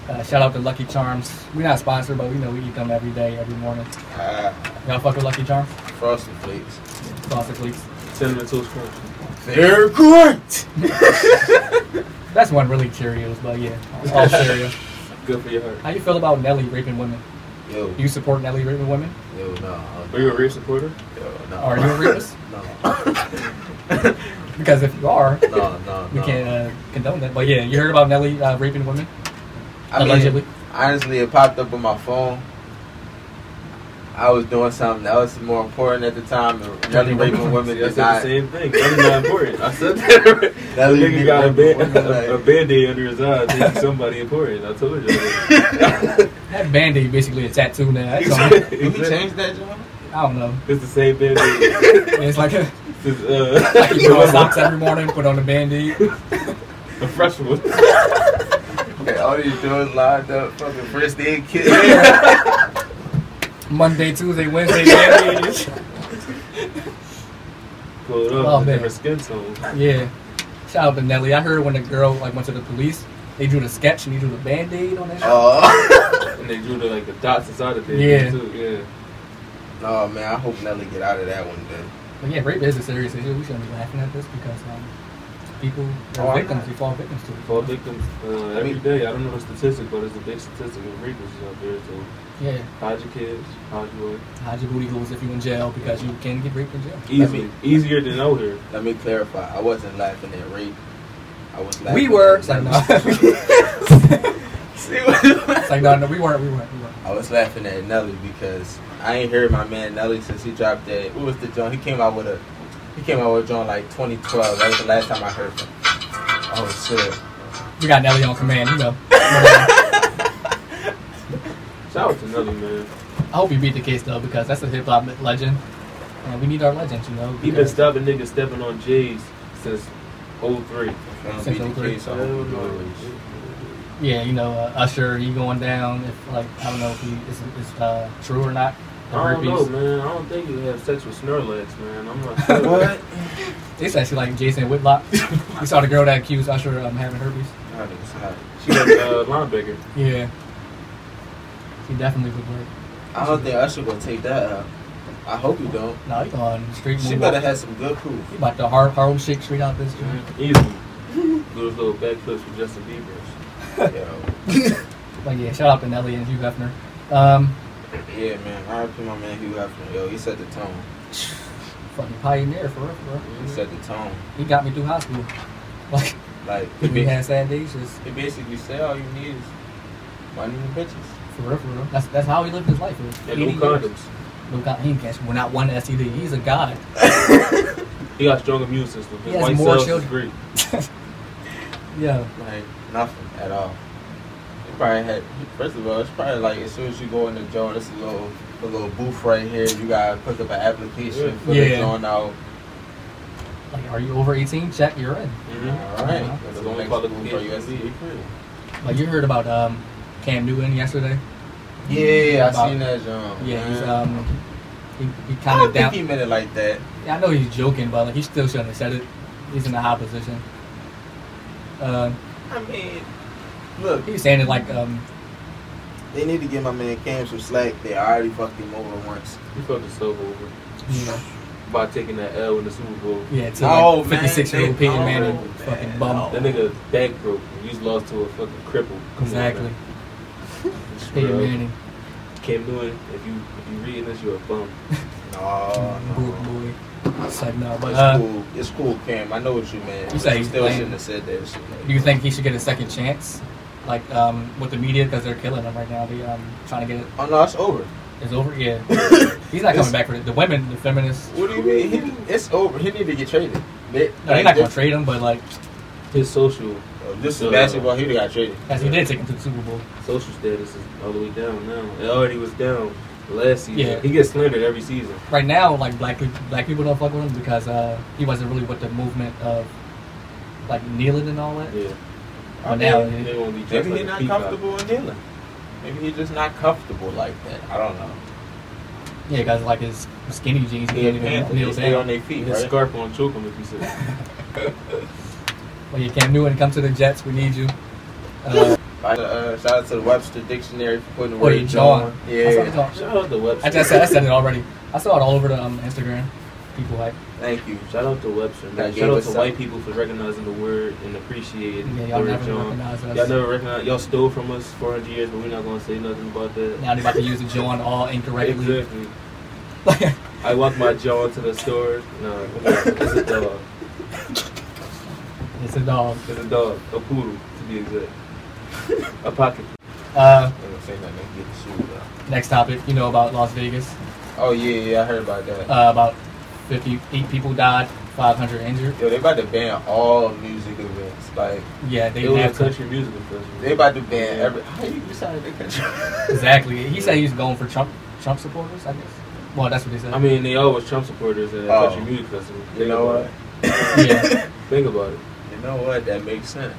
C: Uh, shout out to Lucky Charms. We're not sponsored, but we know we eat them every day, every morning.
H: Uh,
C: Y'all fuck with Lucky Charms?
H: frosted flakes.
C: Sausage leaks.
E: Cinnamon Toast Crunch.
H: They're great.
C: That's one really Cheerios, but Oh, yeah, all Cheerios.
E: Good for your heart.
C: How you feel about Nelly raping women?
H: Yo,
C: Do you support Nelly raping women?
H: yo, no,
E: Are you a rape supporter?
H: yo, no.
C: Are you a rapist?
H: No,
C: Because if you are,
H: no, no.
C: we
H: no.
C: can't uh, condone that. But yeah, you heard about Nelly uh, raping women
H: I mean,
C: allegedly.
H: honestly, it popped up on my phone. I was doing something else more important at the time. and Really raping women
E: See, I
H: is
E: said the
H: not.
E: same thing. That's not important. I said that.
H: That
E: That
H: leaves me
E: nigga got a,
H: raping
E: band,
H: women,
E: a, a
H: like-
E: band-aid under his eye thinking somebody important. I told you.
C: That band-aid basically a tattoo now. That's all.
E: Exactly.
H: Did we change that, John?
C: I don't know.
E: It's the same band-aid.
C: It's like a,
E: It's, uh,
C: like you put on socks every morning, put on a band-aid.
E: a fresh one.
H: Okay, all you do is lined up fucking first aid kit.
C: Monday, Tuesday, Wednesday, band-aid.
E: Pulled up.
C: Oh,
E: Oh,
C: man.
E: Different skin tone.
C: Yeah. Shout out to Nelly. I heard when the girl like went to the police, they drew the sketch and he drew the band-aid on that. shit.
H: oh.
E: And they drew the, like, the dots inside of it.
C: Yeah.
E: Too. Yeah.
H: oh man, I hope Nelly get out of that one then.
C: But yeah, rape is a serious issue. We shouldn't be laughing at this because um, people
H: Oh,
C: are
H: I'm
C: victims.
H: not.
C: You fall victims to it.
E: Fall victims uh, every
H: mean-
E: day. I don't know the statistic, but it's a big statistic of rapists out there. So
C: Yeah.
E: hide your kids, hide your women.
C: Hide your booty holes if you in jail because you can get raped in jail.
E: Easy,
H: mean-
E: easier than older.
H: Let me clarify. I wasn't laughing at rape. I was laughing.
C: We were.
H: At
C: It's like,
H: Nelly.
C: no.
H: See what-
C: It's like, no, no, we weren't. We weren't. We weren't.
H: I was laughing at Nelly because I ain't heard my man Nelly since he dropped that. What was the joint? He came out with a. He came out with a joint like 2012. That was the last time I heard from. him. Oh shit.
C: We got Nelly on command, you know.
E: Shout out to Nelly, man.
C: I hope he beat the case, though, because that's a hip hop legend. And we need our legends, you know.
E: He been
C: because-
E: stopping niggas stepping on J's since 03.
H: Gonna
C: Since
H: be the
C: 03.
H: case, I hope he wins.
C: Yeah, you know, uh, Usher, he going down. If like I don't know if he is it's uh, true or not. The
E: I don't know,
C: herpes.
E: man. I don't think you have sex with Snorlax, man. I'm not sure. what?
C: It's actually like Jason Whitlock. we saw the girl that accused Usher of having herpes.
H: Nah, niggas hot.
E: She was a uh, linebacker.
C: Yeah. He definitely would work.
H: I don't think Usher gonna take that out. I hope you don't.
C: No, he's on street
H: She
C: move.
H: better have Mm-hmm. some good proof.
C: He about to har- Harlem Shake Street out this joint.
E: Easy. Do those little backflips with Justin Bieber.
H: Yo.
C: But yeah, shout out to Nelly and Hugh Hefner. Um,
H: Yeah, man. RIP my man Hugh Hefner. Yo, he set the tone.
C: fucking pioneer for real, bro.
H: He set the tone.
C: He got me through high school. Like
H: Like he,
C: we
H: ba-
C: had sad days, just
H: he basically said all you need is money and bitches.
C: for real, for real. That's that's how he lived his life. It was
E: And
C: 80
E: no
C: years.
E: condoms.
C: No God, he ain't catch well, not one STD. He's a god.
E: He got strong immune system.
C: He
E: His
C: has
E: white
C: more
E: cells is
C: children.
E: great.
C: Yeah.
H: Like nothing at all. He probably had. First of all, it's probably like as soon as you go in the joint, it's a little a little booth right here. You gotta put up an application, fill
C: Yeah.
H: the joint out.
C: Like, are you over 18? Check, you're in.
E: Mm-hmm.
H: All
C: Uh-huh.
H: right. Go
E: That's
H: to
E: the
H: the
E: only
H: next
E: public
H: booth
E: place
H: or
E: you
H: you
E: can
H: STD.
E: be.
C: Like you heard about um, Cam Newton yesterday.
H: Yeah, I
C: About-
H: seen that joint.
C: Yeah, he's
H: man.
C: um, he, he
H: I
C: kind
H: don't
C: of down.
H: think he meant it like that.
C: Yeah, I know he's joking, but like he still shouldn't have said it. He's in a high position. Um,
H: I mean, look,
C: he was saying it like um,
H: They need to give my man Cam some slack. They already fucked him over once.
E: He fucked himself over
C: you know,
E: by taking that L in the Super Bowl.
C: yeah, to
H: Oh,
C: like
H: man,
C: 56 year old
H: they-
C: Peyton
H: oh,
C: Manning,
H: man.
C: fucking bum.
H: Oh.
E: That nigga back broke. You just lost to a fucking cripple. Come
C: Exactly,
E: On, man.
C: Peyton
E: Bro,
C: Manning,
E: Cam Newton, if you if you reading this, you're a bum.
H: Uh, Oh, No,
C: broke boy. It's like no, but
H: It's
C: uh,
H: cool. It's cool, Cam. I know what you meant.
C: You
H: You
C: say
H: say
C: he's
H: still
C: playing.
H: shouldn't have said that shit.
C: uh, do you think he should get a second chance? Like um, with the media because they're killing him right now. They um trying to get it.
H: Oh no, it's over.
C: It's over. Yeah, he's not coming back for it. The women, the feminists.
H: What do you mean? He, it's over. He need to get traded. They,
C: No, they're not gonna trade him, but like,
E: His social
H: Oh, This is basketball. He got traded.
C: as he did take him to the Super Bowl.
E: social status is all the way down now. It already was down last season.
C: Yeah.
E: He gets slandered every season.
C: right now, like black people, black people don't fuck with him because uh, he wasn't really with the movement of like kneeling and all that.
E: Yeah.
C: But now,
E: They won't be dressed
H: Maybe
E: like
H: he's
E: a
H: not
E: peacock.
H: comfortable in dealing. Maybe he's just not comfortable like that. I don't know.
C: yeah, because like his skinny jeans, he
H: He a
C: can't
H: Panther.
C: even
H: They
C: kneel
H: stay on
C: down.
H: their feet,
E: His
H: right?
E: scarf won't choke him if you said.
C: Well, you can't do it. Come to the Jets, we need you. Uh,
H: Like, uh, shout out to the Webster Dictionary for putting the
C: What are
H: word
C: you, John? I saw, it
H: Yeah.
C: all-
E: Shout out to Webster.
C: I just said, I said it already. I saw it all over the um, Instagram. People like,
H: Thank you.
E: Shout out to Webster, man.
H: That
E: Shout
H: gave
E: out
H: us
E: to white people for recognizing the word and appreciating
C: yeah,
E: the
C: y'all
E: word
C: never
E: John.
C: recognize us.
E: Y'all never recognize. Y'all stole from us 400 years, but we're not gonna say nothing about that.
C: Now they're about to use the John all incorrectly.
E: Exactly. I walk my jaw to the store. No, it's a dog.
C: it's a dog.
E: It's a dog. A poodle, to be exact. A pocket.
C: Uh,
H: I'm gonna say that nigga get sued, though.
C: next topic, you know about Las Vegas.
H: Oh yeah, yeah, I heard about that.
C: Uh, about 58 people died, 500 injured.
H: Yo, they about to ban all music events. Like
C: Yeah, they
E: It
C: didn't
E: was a
C: have to.
E: country musical festival.
H: they about to ban every. How you decided to country?
C: Exactly. He said he was going for Trump Trump supporters, I guess. Well, that's what they said.
E: I mean, they all was Trump supporters at a
H: Oh.
E: country music festival. Think
H: You know
E: about
H: what?
C: yeah.
E: It. Think about it.
H: You know what? That makes sense.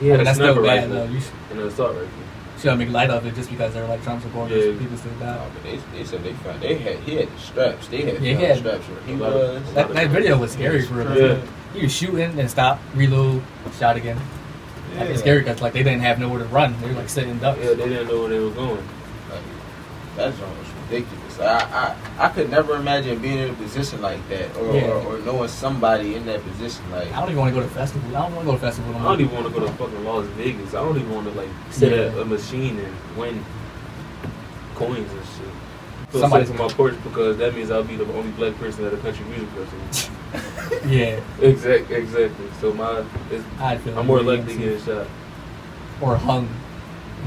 E: He
C: I
E: had
C: mean,
E: a
C: that's
E: sniper
C: still bad,
E: rifle
C: though. You sh-
E: and an assault rifle.
C: should make light of it just because they're like Trump supporters.
E: Yeah.
C: People still
H: Oh,
C: die.
H: but they, they said they found they had he had the straps. They had
C: Yeah, he
H: found
C: had-
H: straps where he
E: A lot of-
H: was.
E: a lot
C: That, that video was scary for real.
E: Yeah.
C: He was shooting and stop, reload, shot again. Like,
H: Yeah.
C: It's scary because like they didn't have nowhere to run. They were like sitting ducks.
E: Yeah, they didn't know where they were going.
H: Like, that joint was ridiculous. I, I I could never imagine being in a position like that, or,
C: Yeah.
H: or, or knowing somebody in that position. Like
C: I don't even want to go to festival. I don't want to go to festival. no
E: I
C: more.
E: don't even want to go to fucking Las Vegas. I don't even want to like set up a machine and win coins and shit.
C: Somebody-
E: Feel Somebody's on my porch because that means I'll be the only black person at a country music festival.
C: Yeah,
E: exact, exactly. So my, it's,
C: I'd feel.
E: I'm more
C: really
E: likely to
C: guilty.
E: get shot.
C: or hung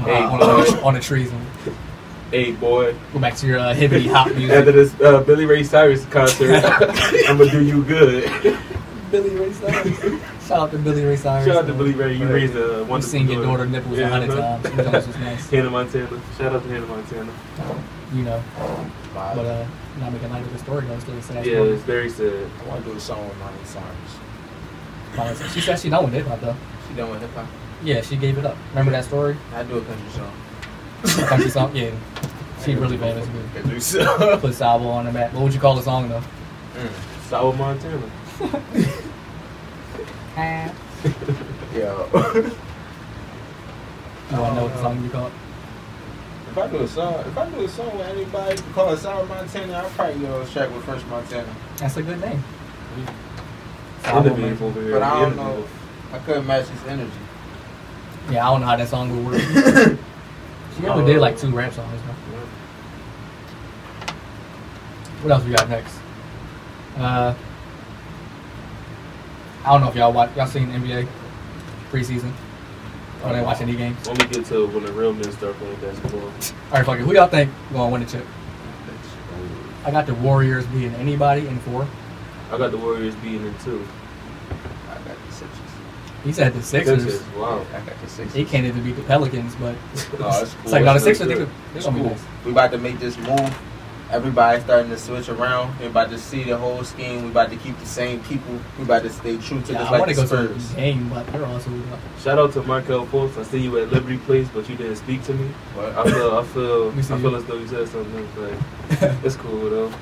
E: Hey.
C: uh, on, a, on a trees.
E: Hey boy,
C: Go back to your uh, hippity hop
E: after
C: music.
E: this uh, Billy Ray Cyrus concert, I'm gonna do you good.
C: Billy Ray Cyrus. Shout out to Billy Ray Cyrus.
E: Shout out to
C: man.
E: Billy Ray. You raised a wonderful.
C: You've seen your daughter nipples a hundred
E: huh?
C: times. Who knows what's next?
E: Hannah Montana. Shout out to Hannah Montana.
C: You know,
H: my,
C: but uh, not making light of the story. though. It's still a sad
E: Yeah,
C: story.
E: it's very sad.
H: I want to do a song with Miley Cyrus.
C: Honestly. Uh, She said she done with hip hop though.
H: She done with hip hop.
C: Yeah, she gave it up. Remember that story?
H: I do a country song.
C: Country song. Yeah, she really famous. dude.
H: Country song.
C: Put Sabo on the map. What would you call the song though?
E: Sour Montana.
H: Yo,
C: You want to know what the song you call? it?
H: if I do a song, if I do a song with anybody called Sour Montana, I'll probably go track with First Montana.
C: That's a good name. Sabo,
E: Enemy
C: man.
E: over here.
H: But I don't
E: Enemy.
H: know. I couldn't match his energy.
C: Yeah, I don't know how that song would work. she only did like two rap songs. Though. What else we got next? Uh, I don't know if y'all watch, y'all seen NBA preseason. Or they watch any games.
E: When we get to when the real men start playing basketball.
C: All right, fuck it. Who y'all think gonna win the chip? I got the Warriors beating anybody in four.
E: I got the Warriors beating in two.
H: I got the Sixers.
C: He said the Sixers.
E: Sixers, Wow.
H: I got the Sixers.
C: He can't even beat the Pelicans, but
H: Oh, it's cool.
C: it's like no, the
E: that's
C: Sixers. They,
E: good.
C: could- they
H: It's
C: gonna be
H: cool.
C: nice.
H: We about to make this move. Everybody starting to switch around. We about to see the whole scheme. We about to keep the same people. We about to stay true to
C: Yeah,
H: this
C: I want
H: like
C: to
H: the
C: go to
H: Spurs.
C: the game, but they're also uh,
E: Shout out to Markel Post. I see you at Liberty Place, but you didn't speak to me. I
H: What?
E: feel, I feel,
C: We see
E: I feel
C: you.
E: as though you said something. Like, it's cool though.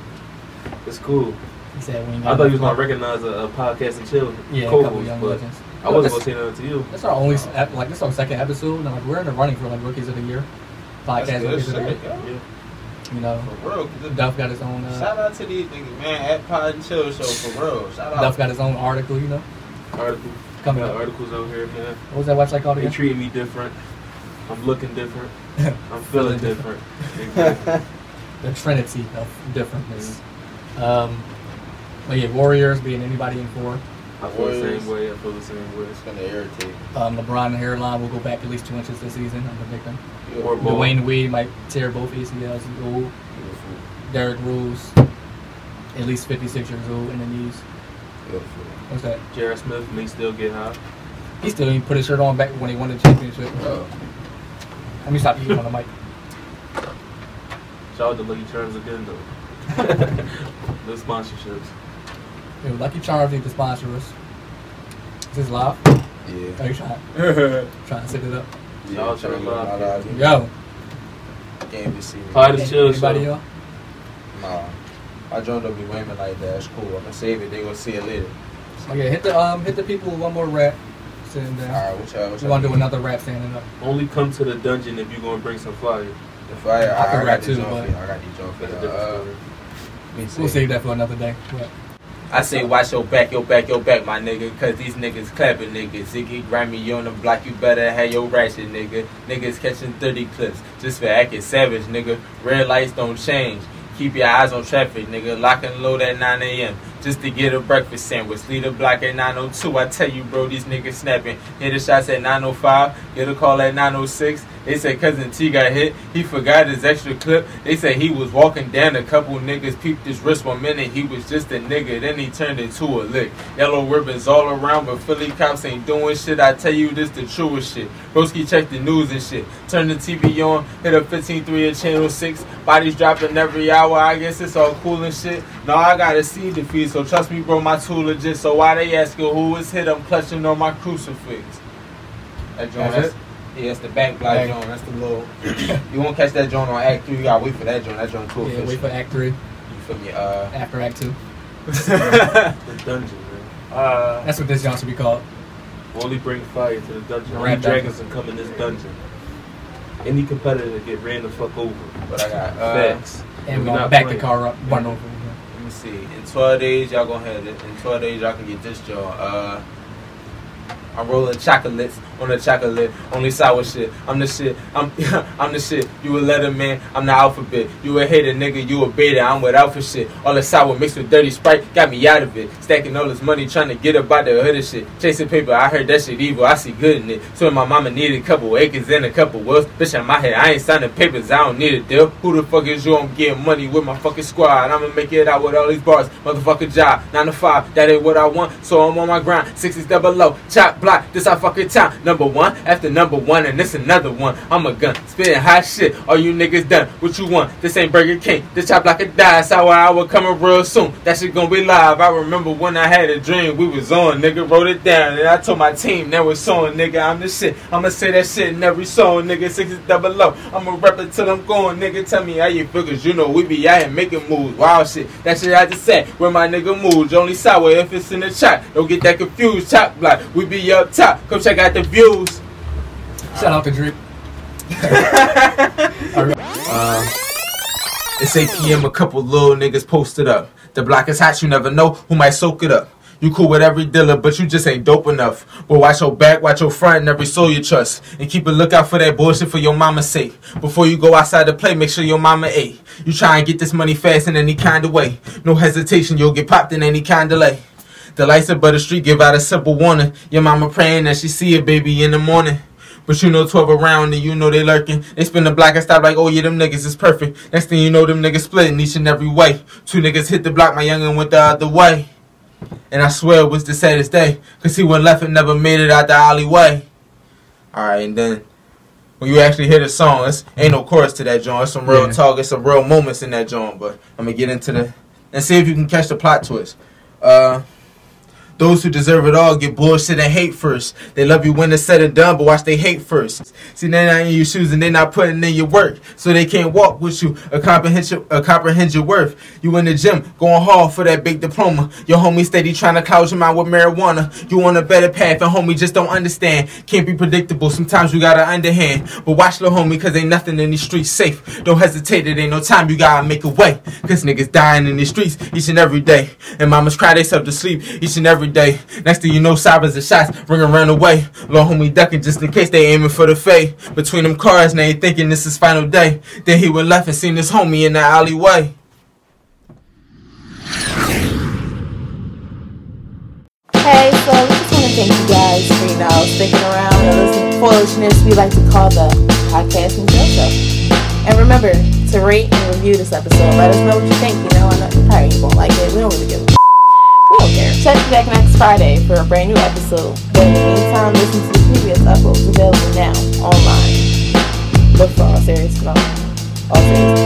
E: It's cool.
C: he said we ain't
E: I
C: got
E: thought you was
C: no-
E: gonna recognize a, a podcast and chill
C: yeah, a couple
E: co-host,
C: young
E: but
C: legends.
E: I wasn't gonna say nothing to you.
C: That's our only s- ep- like this is our second episode, and like we're in the running for like rookies of the year,
H: That's
C: podcast
H: good
C: rookies of the year.
H: shit, yo.
E: Yeah.
C: You know,
H: For real. 'cause it-
C: Duff got his own uh,
H: Shout out to these niggas, man. At Pod and Chill Show for real. Shout
C: Duff
H: out.
C: got his own article. You know,
E: Article.
C: coming
E: Got
C: up.
E: articles out here, man.
C: What was that website called
E: They
C: again?
E: treating me different. I'm looking different. I'm feeling different. Exactly.
C: The Trinity of differentness.
H: Mm-hmm.
C: Um, but yeah, Warriors being anybody in four.
E: I feel the same way. I feel the same way.
H: It's gonna irritate.
C: Um, LeBron and hairline will go back at least two inches this season. I'm predicting.
H: You
E: Or
H: a
E: Bull.
C: Dwayne Wade might tear both ACLs. He's old.
H: fool.
C: Derrick Rose, at least 56 years old in the knees.
H: You a fool.
C: What's that?
E: Jared Smith may still get high.
C: He still didn't put his shirt on back when he won the championship.
H: Oh,
C: Let me stop eating on the mic.
E: Shout out to Lucky Charms again though. no sponsorships.
C: Yo, Lucky Charms need to sponsor us. Is this live? Are
H: Yeah.
C: you trying, trying to set it up?
E: Shout out to the mob.
C: Yo,
H: Can't be seen.
E: Pod is chill.
C: anybody
E: so-
C: y'all?
H: Nah. I joined up with women like that. It's cool. I'm gonna save it. They gonna see it later.
C: Okay, hit the um, hit the people with one more rap. sitting
H: All
C: down.
H: right, what y'all? What
C: We
H: y'all
C: want to do another rap standing up.
B: Only come to the dungeon if you're gonna bring some fire.
H: If I, I,
C: I can
H: I
C: rap
H: got these
C: too,
H: on
C: but-
H: for y'all. I got these on for
B: That's a
H: y'all.
B: different
H: Uh,
B: story.
H: let me see.
C: We'll save that for another day. But
H: I say watch your back, your back, your back, my nigga, cause these niggas clapping, nigga. Ziggy grimy you on the block, you better have your ratchet, nigga. Niggas catching 30 clips just for acting savage, nigga. Red lights don't change. Keep your eyes on traffic, nigga. Lock and load at 9 a.m. just to get a breakfast sandwich. Lead a block at 902. I tell you, bro, these niggas snapping. Hit the shots at 905. Get a call at 906. They said cousin T got hit. He forgot his extra clip. They said he was walking down. A couple niggas peeped his wrist one minute. He was just a nigga. Then he turned into a lick. Yellow ribbons all around, but Philly cops ain't doing shit. I tell you, this the truest shit. Broski checked the news and shit. Turn the TV on. Hit up 153 at Channel 6. Bodies dropping every hour. I guess it's all cool and shit. No, I got a C defeat. So trust me, bro, my tool legit. So why they asking who is hit? I'm clutching on my crucifix.
C: That's it?
H: That joint, that's- yeah, that's the back block
C: Back.
H: joint. That's the little. you won't catch that joint on Act Three. You gotta wait for that joint. That joint cool.
C: yeah,
H: fish.
C: wait for Act Three
H: you feel me? Uh,
C: after Act Two.
B: The dungeon, man.
H: uh,
C: That's what this genre should be called.
B: Only bring fire to the dungeon. Only
C: Rap
B: dragons can come in this dungeon. Any competitor get ran the fuck over.
H: what I got? Uh,
B: Facts.
C: And
B: we
C: we're gonna
B: not
C: back
B: playing.
C: the car up, bundle.
H: let me see. In 12 days, y'all gonna have it. In 12 days, y'all can get this joint. Uh, I'm rolling chocolates on the chocolate, only sour shit. I'm the shit. I'm I'm the shit. You a letter man. I'm the alphabet. You a hater nigga. You a beta. I'm without for shit. All the sour mixed with dirty sprite got me out of it. Stacking all this money trying to get up out the hood and shit. Chasing paper. I heard that shit evil. I see good in it. So my mama needed a couple acres and a couple wells. Bitch in my head. I ain't signing papers. I don't need a deal. Who the fuck is you? I'm getting money with my fucking squad. I'ma make it out with all these bars. Motherfucking job. Nine to five. That ain't what I want. So I'm on my grind. 60s double low. Chop block. This our fucking time. Number one after number one. And this another one. I'm a gun. Spitting hot shit. All you niggas done. What you want? This ain't Burger King. This chop block a die. Sour hour coming real soon. That shit gonna be live. I remember when I had a dream. We was on. Nigga wrote it down. And I told my team. Now it's on. Nigga. I'm the shit. I'ma say that shit in every song. Nigga. 60s double low. I'ma rap it till I'm gone. Nigga. Tell me how you feel. Cause you know we be out here making moves. Wild shit. That shit I just said. Where my nigga moves. Only sour if it's in the chat. Don't get that confused. Chop block. We be up top. Come check out the views.
C: Shout out to Drake.
H: It's 8 p.m. A couple little niggas posted up. The block is hot, you never know who might soak it up. You cool with every dealer, but you just ain't dope enough. But watch your back, watch your front, and every soul you trust. And keep a lookout for that bullshit for your mama's sake. Before you go outside to play, make sure your mama ate. You try and get this money fast in any kind of way. No hesitation, you'll get popped in any kind of lay. The lights above the street give out a simple warning. Your mama praying that she see a baby in the morning. But you know 12 around and you know they lurking. They spin the block and stop like, oh yeah, them niggas is perfect. Next thing you know, them niggas splitting each and every way. Two niggas hit the block, my youngin' went the other way. And I swear it was the saddest day. Cause he went left and never made it out the alleyway. Alright, and then when you actually hear the song, it's ain't no chorus to that joint. It's some real
C: Yeah.
H: talk, it's some real moments in that joint. But I'm gonna get into the and see if you can catch the plot twist. Uh those who deserve it all get bullshit and hate first. They love you when it's said and done, but watch they hate first. See, they're not in your shoes and they're not putting in your work, so they can't walk with you or comprehend your, or comprehend your worth. You in the gym going hard for that big diploma. Your homie steady trying to cloud your mind with marijuana. You on a better path, and homie just don't understand. Can't be predictable. Sometimes you gotta underhand, but watch little homie, cause ain't nothing in these streets safe. Don't hesitate, it ain't no time. You gotta make a way, cause niggas dying in these streets each and every day. And mamas cry themselves to sleep each and every day. Next thing you know, sirens and shots ringing around the way. Little homie ducking just in case they aiming for the fade. Between them cars, and they thinking this is final day. Then he went left and seen his homie in the alleyway.
A: Hey, so we just want to thank you guys for, you know, sticking around and listening to foolishness we like to call the Podcast and Chill Show. And remember to rate and review this episode. Let us know what you think, you know. I know you probably ain't going to like it. We don't really give a we don't care. Check you back next Friday for a brand new episode. But in the meantime, listen to the previous uploads available now online. Look for All Serious Phenomenon. All Serious